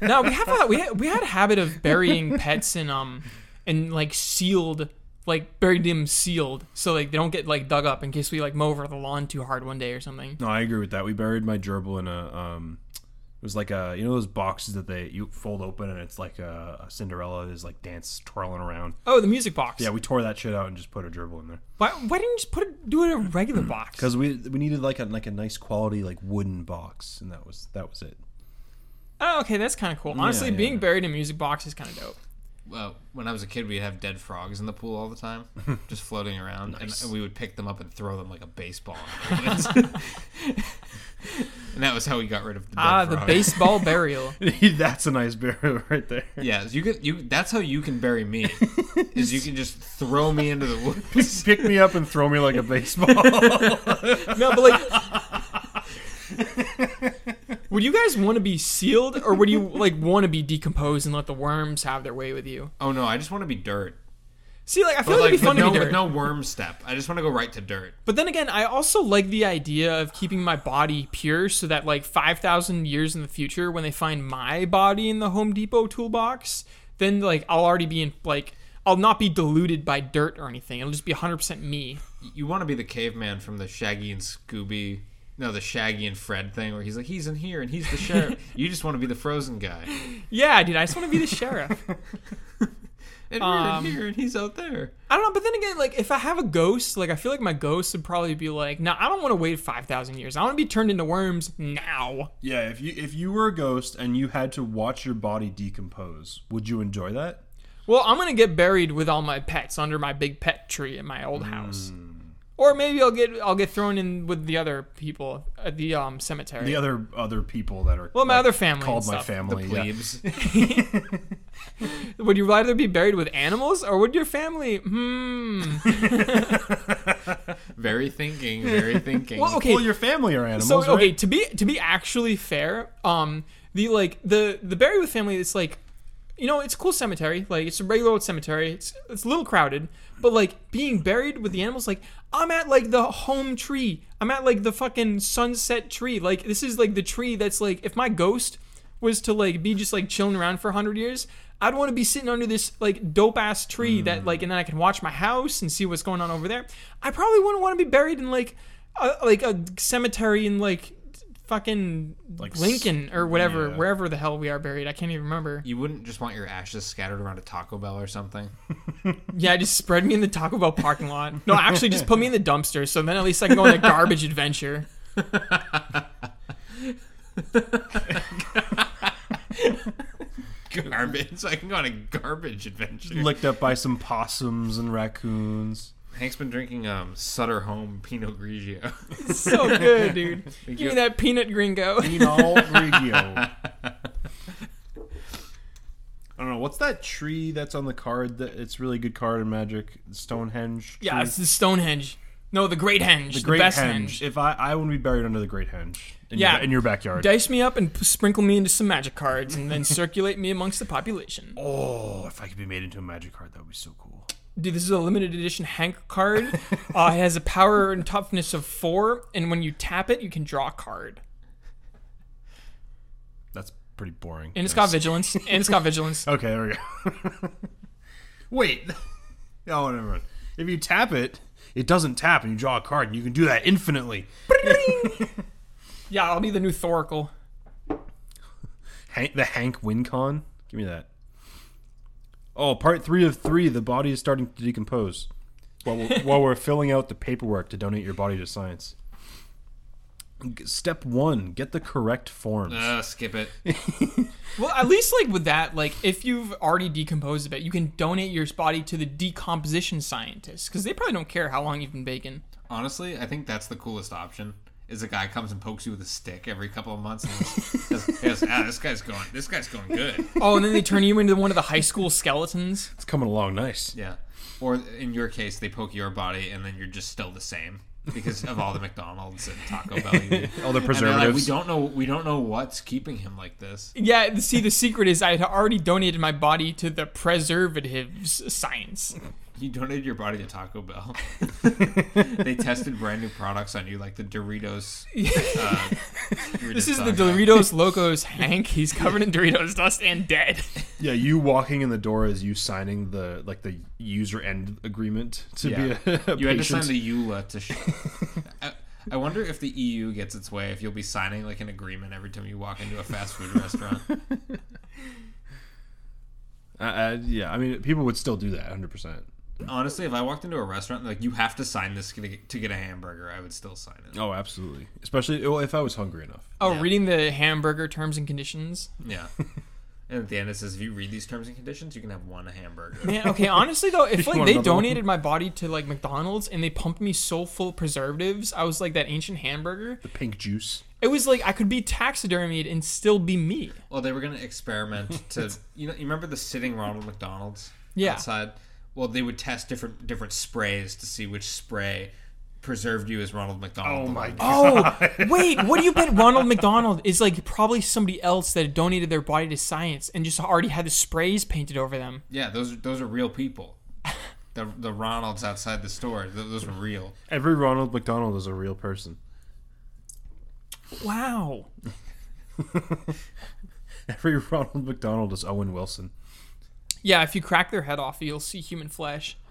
Speaker 3: no, we have a we had, we had a habit of burying pets in um and like sealed like buried them sealed so like they don't get like dug up in case we like mow over the lawn too hard one day or something.
Speaker 1: No, I agree with that. We buried my gerbil in a um it was like a you know those boxes that they you fold open and it's like a, a Cinderella is like dance twirling around.
Speaker 3: Oh, the music box.
Speaker 1: Yeah, we tore that shit out and just put a gerbil in there.
Speaker 3: Why, why didn't you just put it do it in a regular box?
Speaker 1: Cuz we we needed like a like a nice quality like wooden box and that was that was it.
Speaker 3: Oh, okay, that's kind of cool. Honestly,
Speaker 1: yeah,
Speaker 3: being
Speaker 1: yeah.
Speaker 3: buried in a music box is kind of dope.
Speaker 2: Well, when I was a kid, we'd have dead frogs in the pool all the time, just floating around, and, and we would pick them up and throw them like a baseball. in the woods. and that was how we got rid of the dead
Speaker 3: Ah, the
Speaker 2: frog.
Speaker 3: baseball burial.
Speaker 1: That's a nice burial right there.
Speaker 2: Yeah, you can. You that's how you can bury me. is you can just throw me into the woods.
Speaker 1: Pick me up and throw me like a baseball.
Speaker 3: No, but like, would you guys want to be sealed, or would you like want to be decomposed and let the worms have their way with you?
Speaker 2: Oh no, I just want to be dirt.
Speaker 3: See, like, I feel
Speaker 2: But like
Speaker 3: like it'd be
Speaker 2: with
Speaker 3: fun
Speaker 2: no,
Speaker 3: to be
Speaker 2: with
Speaker 3: dirt.
Speaker 2: no worm step. I just want to go right to dirt.
Speaker 3: But then again, I also like the idea of keeping my body pure, so that like five thousand years in the future, when they find my body in the Home Depot toolbox, then like I'll already be in like I'll not be diluted by dirt or anything. It'll just be hundred percent me.
Speaker 2: You want to be the caveman from the Shaggy and Scooby. No, the Shaggy and Fred thing where he's like, he's in here and he's the sheriff. you just want to be the frozen guy.
Speaker 3: Yeah, dude, I just want to be the sheriff.
Speaker 2: And
Speaker 3: Um,
Speaker 2: we're in here and he's out there.
Speaker 3: I don't know, but then again, like if I have a ghost, like I feel like my ghost would probably be like, "No, I don't want to wait five thousand years. I want to be turned into worms now."
Speaker 1: yeah, if you if you were a ghost and you had to watch your body decompose, would you enjoy that?
Speaker 3: Well, I'm gonna get buried with all my pets under my big pet tree in my old house,
Speaker 1: Mm.
Speaker 3: or maybe I'll get I'll get thrown in with the other people at the um cemetery.
Speaker 1: The other other people that are
Speaker 3: well, my
Speaker 1: like,
Speaker 3: other family.
Speaker 1: called
Speaker 3: and
Speaker 1: my
Speaker 3: stuff.
Speaker 2: The
Speaker 1: family. yeah.
Speaker 2: plebes.
Speaker 3: Would you rather be buried with animals or would your family? Hmm.
Speaker 2: very thinking, very thinking.
Speaker 3: Well, okay.
Speaker 1: Well, your family are animals,
Speaker 3: So
Speaker 1: right?
Speaker 3: okay, to be to be actually fair, um, the like the the Barry with family. It's like, you know, it's a cool cemetery. Like it's a regular old cemetery. It's it's a little crowded, but like being buried with the animals. Like I'm at like the home tree. I'm at like the fucking sunset tree. Like this is like the tree that's like if my ghost was to like be just like chilling around for 100 years i'd want to be sitting under this like dope ass tree
Speaker 1: Mm.
Speaker 3: that like and then i can watch my house and see what's going on over there i probably wouldn't want to be buried in like a, like a cemetery in like fucking
Speaker 1: Like s-
Speaker 3: lincoln or whatever
Speaker 1: yeah.
Speaker 3: wherever the hell we are buried i can't even remember
Speaker 2: You wouldn't just want your ashes scattered around a Taco Bell or something.
Speaker 3: yeah just spread me in the taco bell parking lot no actually just put me in the dumpster so then at least i can go on a garbage adventure
Speaker 2: garbage. So I can go on a garbage adventure.
Speaker 1: Licked up by some possums and raccoons.
Speaker 2: Hank's been drinking um Sutter Home Pinot Grigio.
Speaker 3: so good dude give
Speaker 2: you.
Speaker 3: me that peanut gringo
Speaker 1: Pinal Grigio. I don't know what's that tree that's on the card. That it's a really good card in Magic. Stonehenge. Tree?
Speaker 3: yeah it's the stonehenge no the great henge the,
Speaker 1: Great
Speaker 3: best henge.
Speaker 1: Henge. If I I want to be buried under the Great Henge. In
Speaker 3: Yeah.
Speaker 1: your, in your backyard.
Speaker 3: Dice me up and p- sprinkle me into some magic cards, and then circulate me amongst the population.
Speaker 1: oh, if I could be made into a Magic card, that would be so cool.
Speaker 3: Dude, this is a limited edition Hank card. Uh, it has a power and toughness of four, and when you tap it, you can draw a card.
Speaker 1: That's pretty boring.
Speaker 3: And it's got vigilance. And it's got vigilance.
Speaker 1: Okay, there we go. Wait. oh, never mind. If you tap it, it doesn't tap, and you draw a card, and you can do that infinitely.
Speaker 3: Yeah, I'll be the new Thoracle.
Speaker 1: Hank, the Hank Wincon. Give me that. Oh, part three of three. The body is starting to decompose. While we're, while we're filling out the paperwork to donate your body to science. G- Step one: get the correct forms.
Speaker 2: Uh, skip it.
Speaker 3: Well, at least like with that, like if you've already decomposed a bit, you can donate your body to the decomposition scientists because they probably don't care how long you've been baking.
Speaker 2: Honestly, I think that's the coolest option. Is a guy comes and pokes you with a stick every couple of months and goes, goes, ah, this guy's going, this guy's going good.
Speaker 3: Oh, and then they turn you into one of the high school skeletons.
Speaker 1: It's coming along nice.
Speaker 2: Yeah. Or in your case, they poke your body and then you're just still the same because of all the McDonald's and Taco Bell. You eat.
Speaker 1: All the
Speaker 2: And they're
Speaker 1: preservatives.
Speaker 2: like, we don't know, we don't know what's keeping him like this.
Speaker 3: Yeah, see, the secret is I had already donated my body to the preservatives science.
Speaker 2: You donated your body to Taco Bell. they tested brand new products on you, like the Doritos. Uh,
Speaker 3: This is the Doritos Locos Hank. He's covered in Doritos dust and dead.
Speaker 1: Yeah, you walking in the door is you signing the like the user end agreement to
Speaker 2: Yeah.
Speaker 1: be a, a
Speaker 2: You had to
Speaker 1: patient.
Speaker 2: sign the EULA to. Sh- I, I wonder if the EU gets its way, if you'll be signing like an agreement every time you walk into a fast food restaurant.
Speaker 1: Uh, uh, yeah, I mean, people would still do that 100. percent
Speaker 2: Honestly, if I walked into a restaurant and, like you have to sign this to get, to get a hamburger, I would still sign it.
Speaker 1: Oh, absolutely. Especially well, if I was hungry enough.
Speaker 3: Oh,
Speaker 2: Yeah.
Speaker 3: reading the hamburger terms and conditions.
Speaker 2: Yeah. And at the end, it says if you read these terms and conditions, you can have one hamburger.
Speaker 3: Man, okay, honestly though, if like
Speaker 1: want
Speaker 3: they
Speaker 1: another one?
Speaker 3: donated my body to like McDonald's and they pumped me so full of preservatives, I was like that ancient hamburger.
Speaker 1: The pink juice.
Speaker 3: It was like I could be taxidermied and still be me.
Speaker 2: Well, they were gonna experiment to you know you remember the sitting Ronald McDonald's
Speaker 3: Yeah.
Speaker 2: outside. Well, they would test different different sprays to see which spray preserved you as Ronald McDonald. the longest.
Speaker 3: Oh, wait, what do you bet Ronald McDonald is like probably somebody else that donated their body to science and just already had the sprays painted over them?
Speaker 2: Yeah, those are, those are real people. The the Ronalds outside the store, th- those were real.
Speaker 1: Every Ronald McDonald is a real person.
Speaker 3: Wow.
Speaker 1: Every Ronald McDonald is Owen Wilson.
Speaker 3: Yeah, if you crack their head off, you'll see human flesh.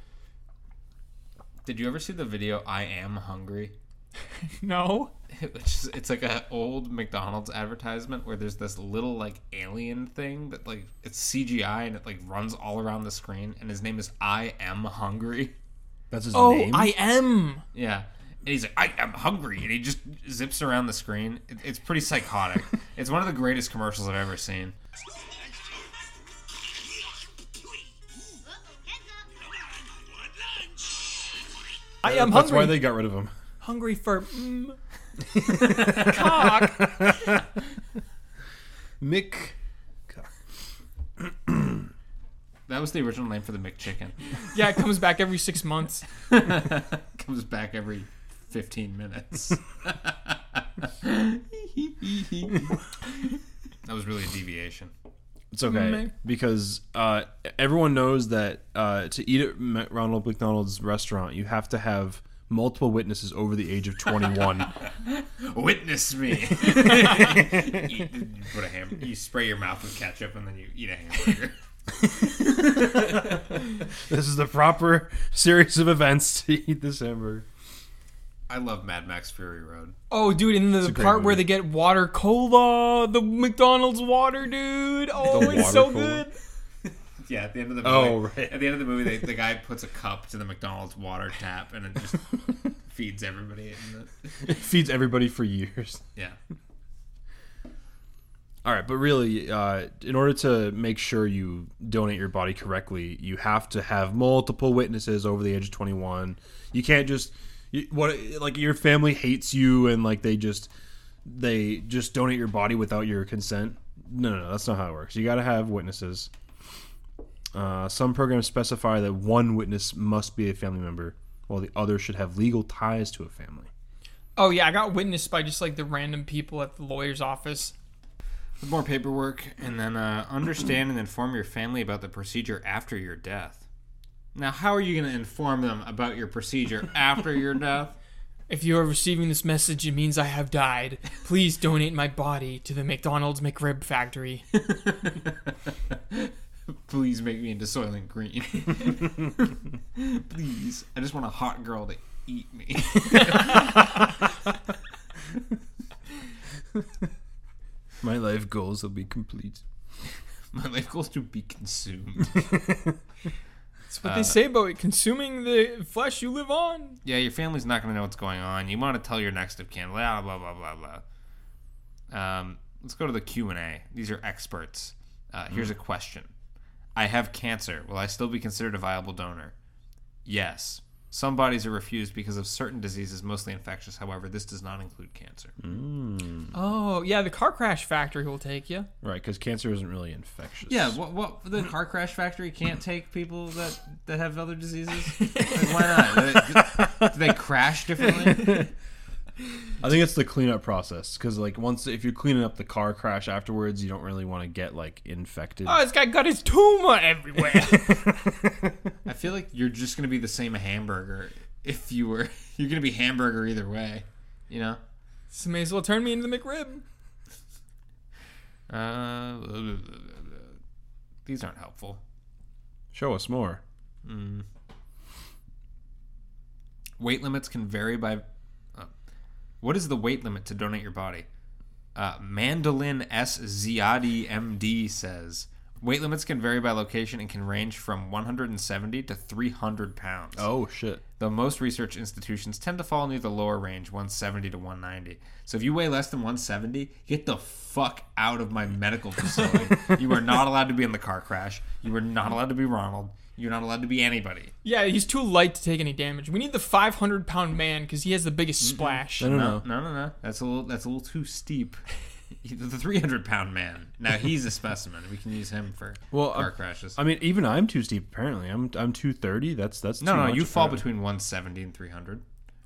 Speaker 2: Did you ever see the video "I Am Hungry"?
Speaker 3: No.
Speaker 2: Which is, it's like a old McDonald's advertisement where there's this little like alien thing that like it's CGI and it like runs all around the screen, and his name is I Am Hungry.
Speaker 1: That's his
Speaker 3: Oh,
Speaker 1: name.
Speaker 3: I am.
Speaker 2: Yeah. And he's like, I am hungry. And he just zips around the screen. It, it's pretty psychotic. it's one of the greatest commercials I've ever seen.
Speaker 3: I am
Speaker 1: That's
Speaker 3: hungry.
Speaker 1: why they got rid of him.
Speaker 3: hungry for mm, cock.
Speaker 1: Mick.
Speaker 2: That was the original name for the McChicken.
Speaker 3: Yeah, it comes back every six months.
Speaker 2: Comes back every 15 minutes. that was really a deviation.
Speaker 1: It's okay
Speaker 3: Meh.
Speaker 1: because uh, everyone knows that uh, to eat at Mac- Ronald McDonald's restaurant, you have to have multiple witnesses over the age of 21.
Speaker 2: Witness me. you put a ham. You spray your mouth with ketchup and then you eat a hamburger.
Speaker 1: this is the proper series of events to eat this hamburger.
Speaker 2: I love Mad Max Fury Road.
Speaker 3: Oh, dude, and the
Speaker 1: great
Speaker 3: part where
Speaker 1: movie.
Speaker 3: they get water cola, the McDonald's water, dude. Oh,
Speaker 1: The
Speaker 3: it's so
Speaker 1: water cola.
Speaker 3: good.
Speaker 2: Yeah, at the end of the movie,
Speaker 1: Oh, right.
Speaker 2: at the end of the movie, they, the guy puts a cup to the McDonald's water tap and it just feeds everybody. In the,
Speaker 1: It feeds everybody for years.
Speaker 2: yeah,
Speaker 1: All right, but really, uh, in order to make sure you donate your body correctly, you have to have multiple witnesses over the age of twenty-one. You can't just you, what like your family hates you and like they just they just donate your body without your consent. No, no, no that's not how it works. You got to have witnesses. Uh, some programs specify that one witness must be a family member, while the other should have legal ties to a family.
Speaker 3: Oh yeah, I got witnessed by just like the random people at the lawyer's office.
Speaker 2: more paperwork, and then uh, understand and inform your family about the procedure after your death. Now, how are you going to inform them about your procedure after your death?
Speaker 3: If you are receiving this message, it means I have died. Please donate my body to the McDonald's McRib factory.
Speaker 2: Please make me into Soylent Green. Please. I just want a hot girl to eat me.
Speaker 1: My life goals will be complete.
Speaker 2: My life goals to be consumed.
Speaker 3: That's what they
Speaker 1: Uh,
Speaker 3: say about it. Consuming the flesh you live on.
Speaker 2: yeah, your family's not going to know what's going on. You want to tell your next of kin. Blah blah blah blah blah. Um, let's go to the Q and A. These are experts. Uh, here's a question: I have cancer. Will I still be considered a viable donor? Yes. Some bodies are refused because of certain diseases, mostly infectious. However, this does not include cancer.
Speaker 3: Oh yeah, the car crash factory will take you.
Speaker 1: Right, because cancer isn't really infectious.
Speaker 2: Yeah, what, what the car crash factory can't take people that that have other diseases. Like, why not? Do they, do they crash differently?
Speaker 1: I think it's the cleanup process because, like, once if you're cleaning up the car crash afterwards, you don't really want to get like infected.
Speaker 3: Oh, this guy got his tumor everywhere.
Speaker 2: I feel like you're just gonna be the same hamburger if you were. You're gonna be hamburger either way, you know.
Speaker 3: so may as well turn me into the McRib.
Speaker 2: Uh, these aren't helpful.
Speaker 1: Show us more.
Speaker 2: Weight limits can vary by. Uh, what is the weight limit to donate your body? Uh, Mandolin S. Ziadi MD says weight limits can vary by location and can range from 170 to 300 pounds.
Speaker 1: Oh shit!
Speaker 2: Though most research institutions tend to fall near the lower range, 170 to 190. So if you weigh less than 170, get the fuck out of my medical facility. you are not allowed to be in the car crash. You are not allowed to be Ronald. You're not allowed to be anybody.
Speaker 3: Yeah, he's too light to take any damage. We need the 500 pound man because he has the biggest splash.
Speaker 1: I don't
Speaker 2: No,
Speaker 1: know.
Speaker 2: no, no, no. That's a little. That's a little too steep. The 300 pound man. Now he's a specimen. We can use him for
Speaker 1: Well,
Speaker 2: car
Speaker 1: I-
Speaker 2: crashes.
Speaker 1: I mean, even I'm too steep. Apparently, I'm I'm two thirty. That's that's
Speaker 2: no,
Speaker 1: too
Speaker 2: no,
Speaker 1: much
Speaker 2: you fall
Speaker 1: apparently.
Speaker 2: between 170 and 300.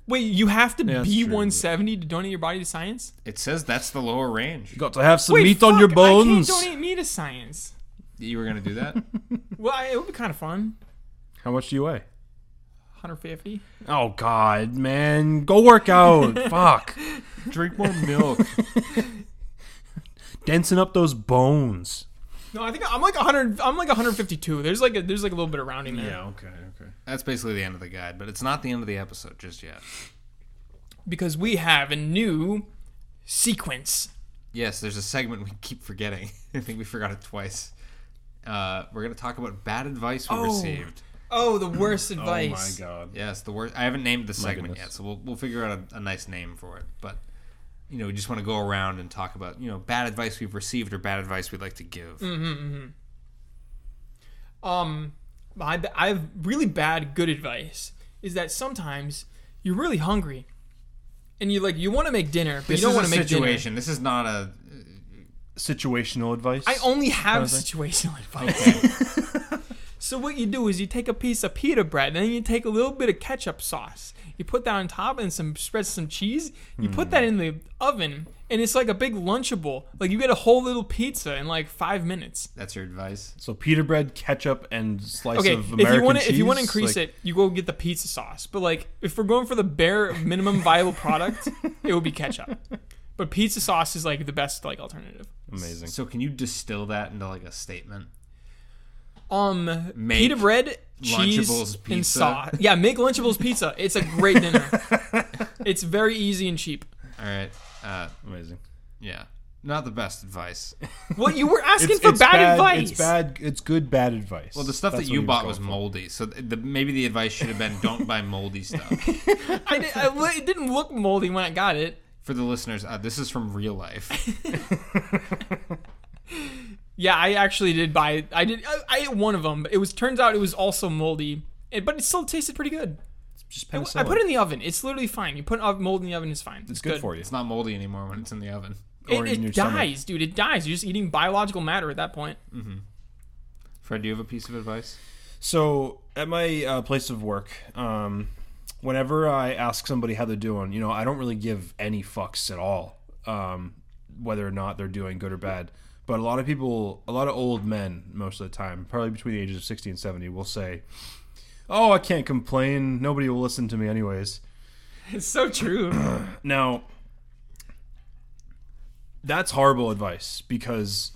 Speaker 3: Wait, you have to
Speaker 1: Yeah, that's
Speaker 3: be
Speaker 1: true, but-
Speaker 3: 170 to donate your body to science?
Speaker 2: It says that's the lower range.
Speaker 1: You got to have some meat
Speaker 3: fuck,
Speaker 1: on your bones.
Speaker 3: I can't donate me to science.
Speaker 2: You were gonna do that?
Speaker 3: Well, I, it would be kind of fun.
Speaker 1: How much do you weigh?
Speaker 3: 150.
Speaker 1: Oh god, man, go work out. Fuck,
Speaker 2: Drink more milk.
Speaker 1: densen up those bones.
Speaker 3: No, I think I'm like 100. I'm like 152. There's like a, there's like a little bit of rounding there
Speaker 1: Okay. Okay.
Speaker 2: That's basically the end of the guide, but it's not the end of the episode just yet.
Speaker 3: because we have a new sequence.
Speaker 2: Yes, there's a segment we keep forgetting. I think we forgot it twice. Uh, we're gonna talk about bad advice we
Speaker 3: Oh.
Speaker 2: received.
Speaker 3: Oh, the worst
Speaker 1: Oh
Speaker 3: advice.
Speaker 1: my god.
Speaker 2: Yes, the worst. I haven't named the segment
Speaker 1: goodness.
Speaker 2: yet, so we'll we'll figure out a, a nice name for it. But you know, we just want to go around and talk about you know bad advice we've received or bad advice we'd like to give.
Speaker 3: Mm-hmm. um I, I have really bad good advice is that sometimes you're really hungry and you like you want to make dinner but
Speaker 2: This
Speaker 3: you don't
Speaker 2: is
Speaker 3: want
Speaker 2: a
Speaker 3: to make
Speaker 2: situation. This is not a.
Speaker 1: Situational advice.
Speaker 3: dinner i only have
Speaker 1: Kind of
Speaker 3: situational advice
Speaker 2: Okay.
Speaker 3: So what you do is you take a piece of pita bread, and then you take a little bit of ketchup sauce. You put that on top and some spread some cheese. You put
Speaker 1: Hmm.
Speaker 3: that in the oven, and it's like a big lunchable. Like you get a whole little pizza in like five minutes.
Speaker 2: That's your advice.
Speaker 1: So pita bread, ketchup, and slice
Speaker 3: Okay,
Speaker 1: of American
Speaker 3: if you want
Speaker 1: cheese.
Speaker 3: to if you want to increase it, you go get the pizza sauce. But like if we're going for the bare minimum viable product, it would be ketchup. But pizza sauce is like the best like alternative.
Speaker 1: amazing.
Speaker 2: So can you distill that into like a statement?
Speaker 3: Um,
Speaker 2: Make
Speaker 3: pita bread, cheese,
Speaker 2: Lunchables
Speaker 3: and
Speaker 2: pizza.
Speaker 3: sauce. Yeah, make Lunchables pizza. It's a great dinner. it's very easy and cheap.
Speaker 2: All right. Uh,
Speaker 1: Amazing.
Speaker 2: yeah. Not the best advice.
Speaker 3: What you were asking for bad, advice?
Speaker 1: It's bad. It's good bad advice.
Speaker 2: Well, the stuff that you bought was moldy, so th- the, maybe the advice should have been don't buy moldy stuff.
Speaker 3: I did, I, li- it didn't look moldy when I got it.
Speaker 2: For the listeners, uh, this is from real life.
Speaker 3: Yeah, I actually did buy. I did. I, I ate one of them. But it was turns out it was also moldy, and, but it still tasted pretty good.
Speaker 1: just
Speaker 3: I put it in the oven. It's literally fine. You put uh, mold in the oven, it's fine.
Speaker 1: It's good for you.
Speaker 2: It's not moldy anymore when it's in the oven.
Speaker 1: or
Speaker 3: It,
Speaker 1: in your
Speaker 3: it
Speaker 1: stomach.
Speaker 3: dies, dude. It dies. You're just eating biological matter at that point.
Speaker 2: Fred, do you have a piece of advice?
Speaker 1: So at my uh, place of work, um, whenever I ask somebody how they're doing, you know, I don't really give any fucks at all, um, whether or not they're doing good or bad. But a lot of people, a lot of old men, most of the time, probably between the ages of sixty and seventy, will say, "Oh, I can't complain. Nobody will listen to me, anyways."
Speaker 3: It's so true.
Speaker 1: Now, that's horrible advice because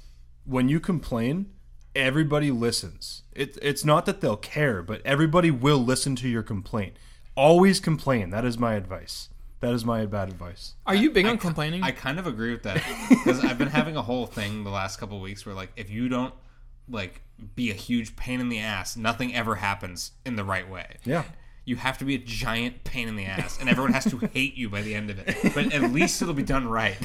Speaker 1: when you complain, everybody listens. It, it's not that they'll care, but everybody will listen to your complaint. Always complain. That is my advice. That is my bad advice.
Speaker 3: Are you big on complaining?
Speaker 2: I kind of agree with that because I've been having a whole thing the last couple weeks where like if you don't like be a huge pain in the ass, nothing ever happens in the right way.
Speaker 1: Yeah.
Speaker 2: You have to be a giant pain in the ass, and everyone has to hate you by the end of it. But at least it'll be done right.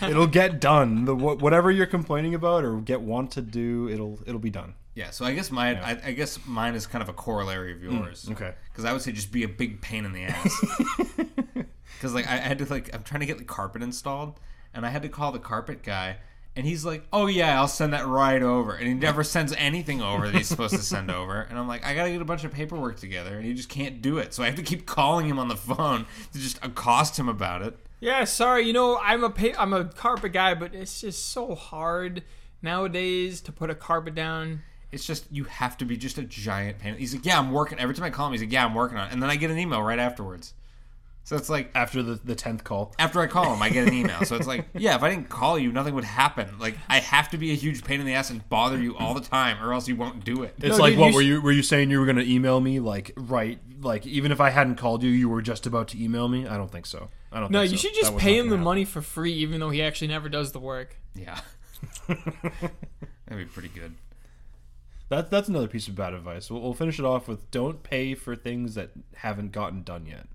Speaker 1: it'll get done. The wha- whatever you're complaining about or get want to do, it'll it'll be done.
Speaker 2: Yeah. So I guess my I, I guess mine is kind of a corollary of yours.
Speaker 1: okay.
Speaker 2: Because I would say just be a big pain in the ass. Because like I I had to like I'm trying to get the carpet installed, and I had to call the carpet guy, and he's like, "Oh yeah, I'll send that right over," and he never sends anything over that he's supposed to send over, and I'm like, I gotta get a bunch of paperwork together, and he just can't do it, so I have to keep calling him on the phone to just accost him about it.
Speaker 3: yeah, sorry. You know, I'm a pa- I'm a carpet guy, but it's just so hard nowadays to put a carpet down.
Speaker 2: It's just you have to be just a giant pain. He's like, yeah, I'm working. Every time I call him, he's like, yeah, I'm working on it, and then I get an email right afterwards. So it's like
Speaker 1: After the the tenth call,
Speaker 2: after I call him, I get an email. So it's like, yeah, if I didn't call you, nothing would happen. Like I have to be a huge pain in the ass and bother you all the time, or else you won't do it.
Speaker 1: it's
Speaker 3: No,
Speaker 1: like
Speaker 3: dude,
Speaker 1: what
Speaker 3: you
Speaker 1: were
Speaker 3: sh-
Speaker 1: you were you saying you were gonna email me like right like even if I hadn't called you, you were just about to email me. I don't think so. I don't.
Speaker 3: No,
Speaker 1: think
Speaker 3: you
Speaker 1: so.
Speaker 3: should
Speaker 1: That
Speaker 3: just
Speaker 1: was
Speaker 3: pay
Speaker 1: not
Speaker 3: him
Speaker 1: gonna
Speaker 3: the
Speaker 1: happen.
Speaker 3: money for free, even though he actually never does the work.
Speaker 2: Yeah, that'd be pretty good.
Speaker 1: That, that's another piece of bad advice. We'll, we'll finish it off with don't pay for things that haven't gotten done yet.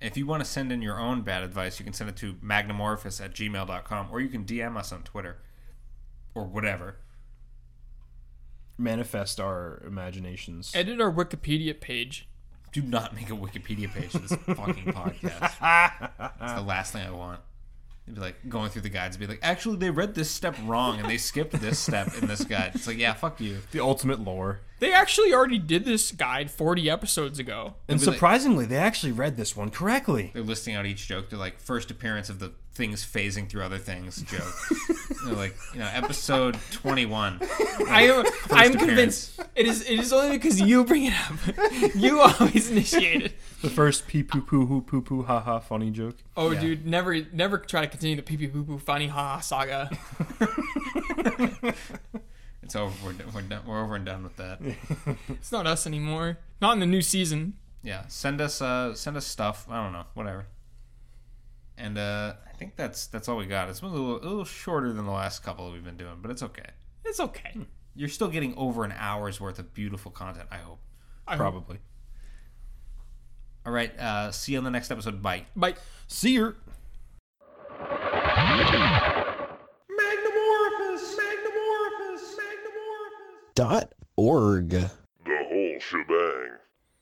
Speaker 2: If you want to send in your own bad advice, you can send it to magnamorphous at gmail.com or you can DM us on Twitter or whatever.
Speaker 1: Manifest our imaginations.
Speaker 3: Edit our Wikipedia page.
Speaker 2: Do not make a Wikipedia page for this fucking podcast. It's the last thing I want. It'd be like going through the guides and be like, actually, they read this step wrong and they skipped this step in this guide. It's like, yeah, fuck you.
Speaker 1: the ultimate lore.
Speaker 3: They actually already did this guide 40 episodes ago.
Speaker 1: And
Speaker 2: be like-
Speaker 1: surprisingly, they actually read this one correctly.
Speaker 2: they're listing out each joke. They're like first appearance of the things phasing through other things joke. And they're like you know episode twenty one.
Speaker 3: I am, I'm
Speaker 2: appearance.
Speaker 3: convinced it is it is only because you bring it up. you always initiate it.
Speaker 1: The first pee poo poo hoo poo poo ha ha funny joke.
Speaker 3: Oh,
Speaker 2: Yeah.
Speaker 3: dude, never never try to continue the pee pee poo poo funny ha ha saga.
Speaker 2: It's over. We're, done- we're, done, we're over and done with that.
Speaker 3: It's not us anymore. Not in the new season.
Speaker 2: Yeah, send us uh send us stuff. I don't know, whatever. And uh, I think that's that's all we got. It's been a little, a little shorter than the last couple that we've been doing, but it's okay.
Speaker 3: It's okay.
Speaker 1: Hmm.
Speaker 2: You're still getting over an hour's worth of beautiful content. I hope.
Speaker 3: I hope.
Speaker 1: Probably.
Speaker 2: All right. Uh, see you on the next episode. Bye.
Speaker 3: Bye.
Speaker 1: See you.
Speaker 4: dot org.
Speaker 5: The whole shebang.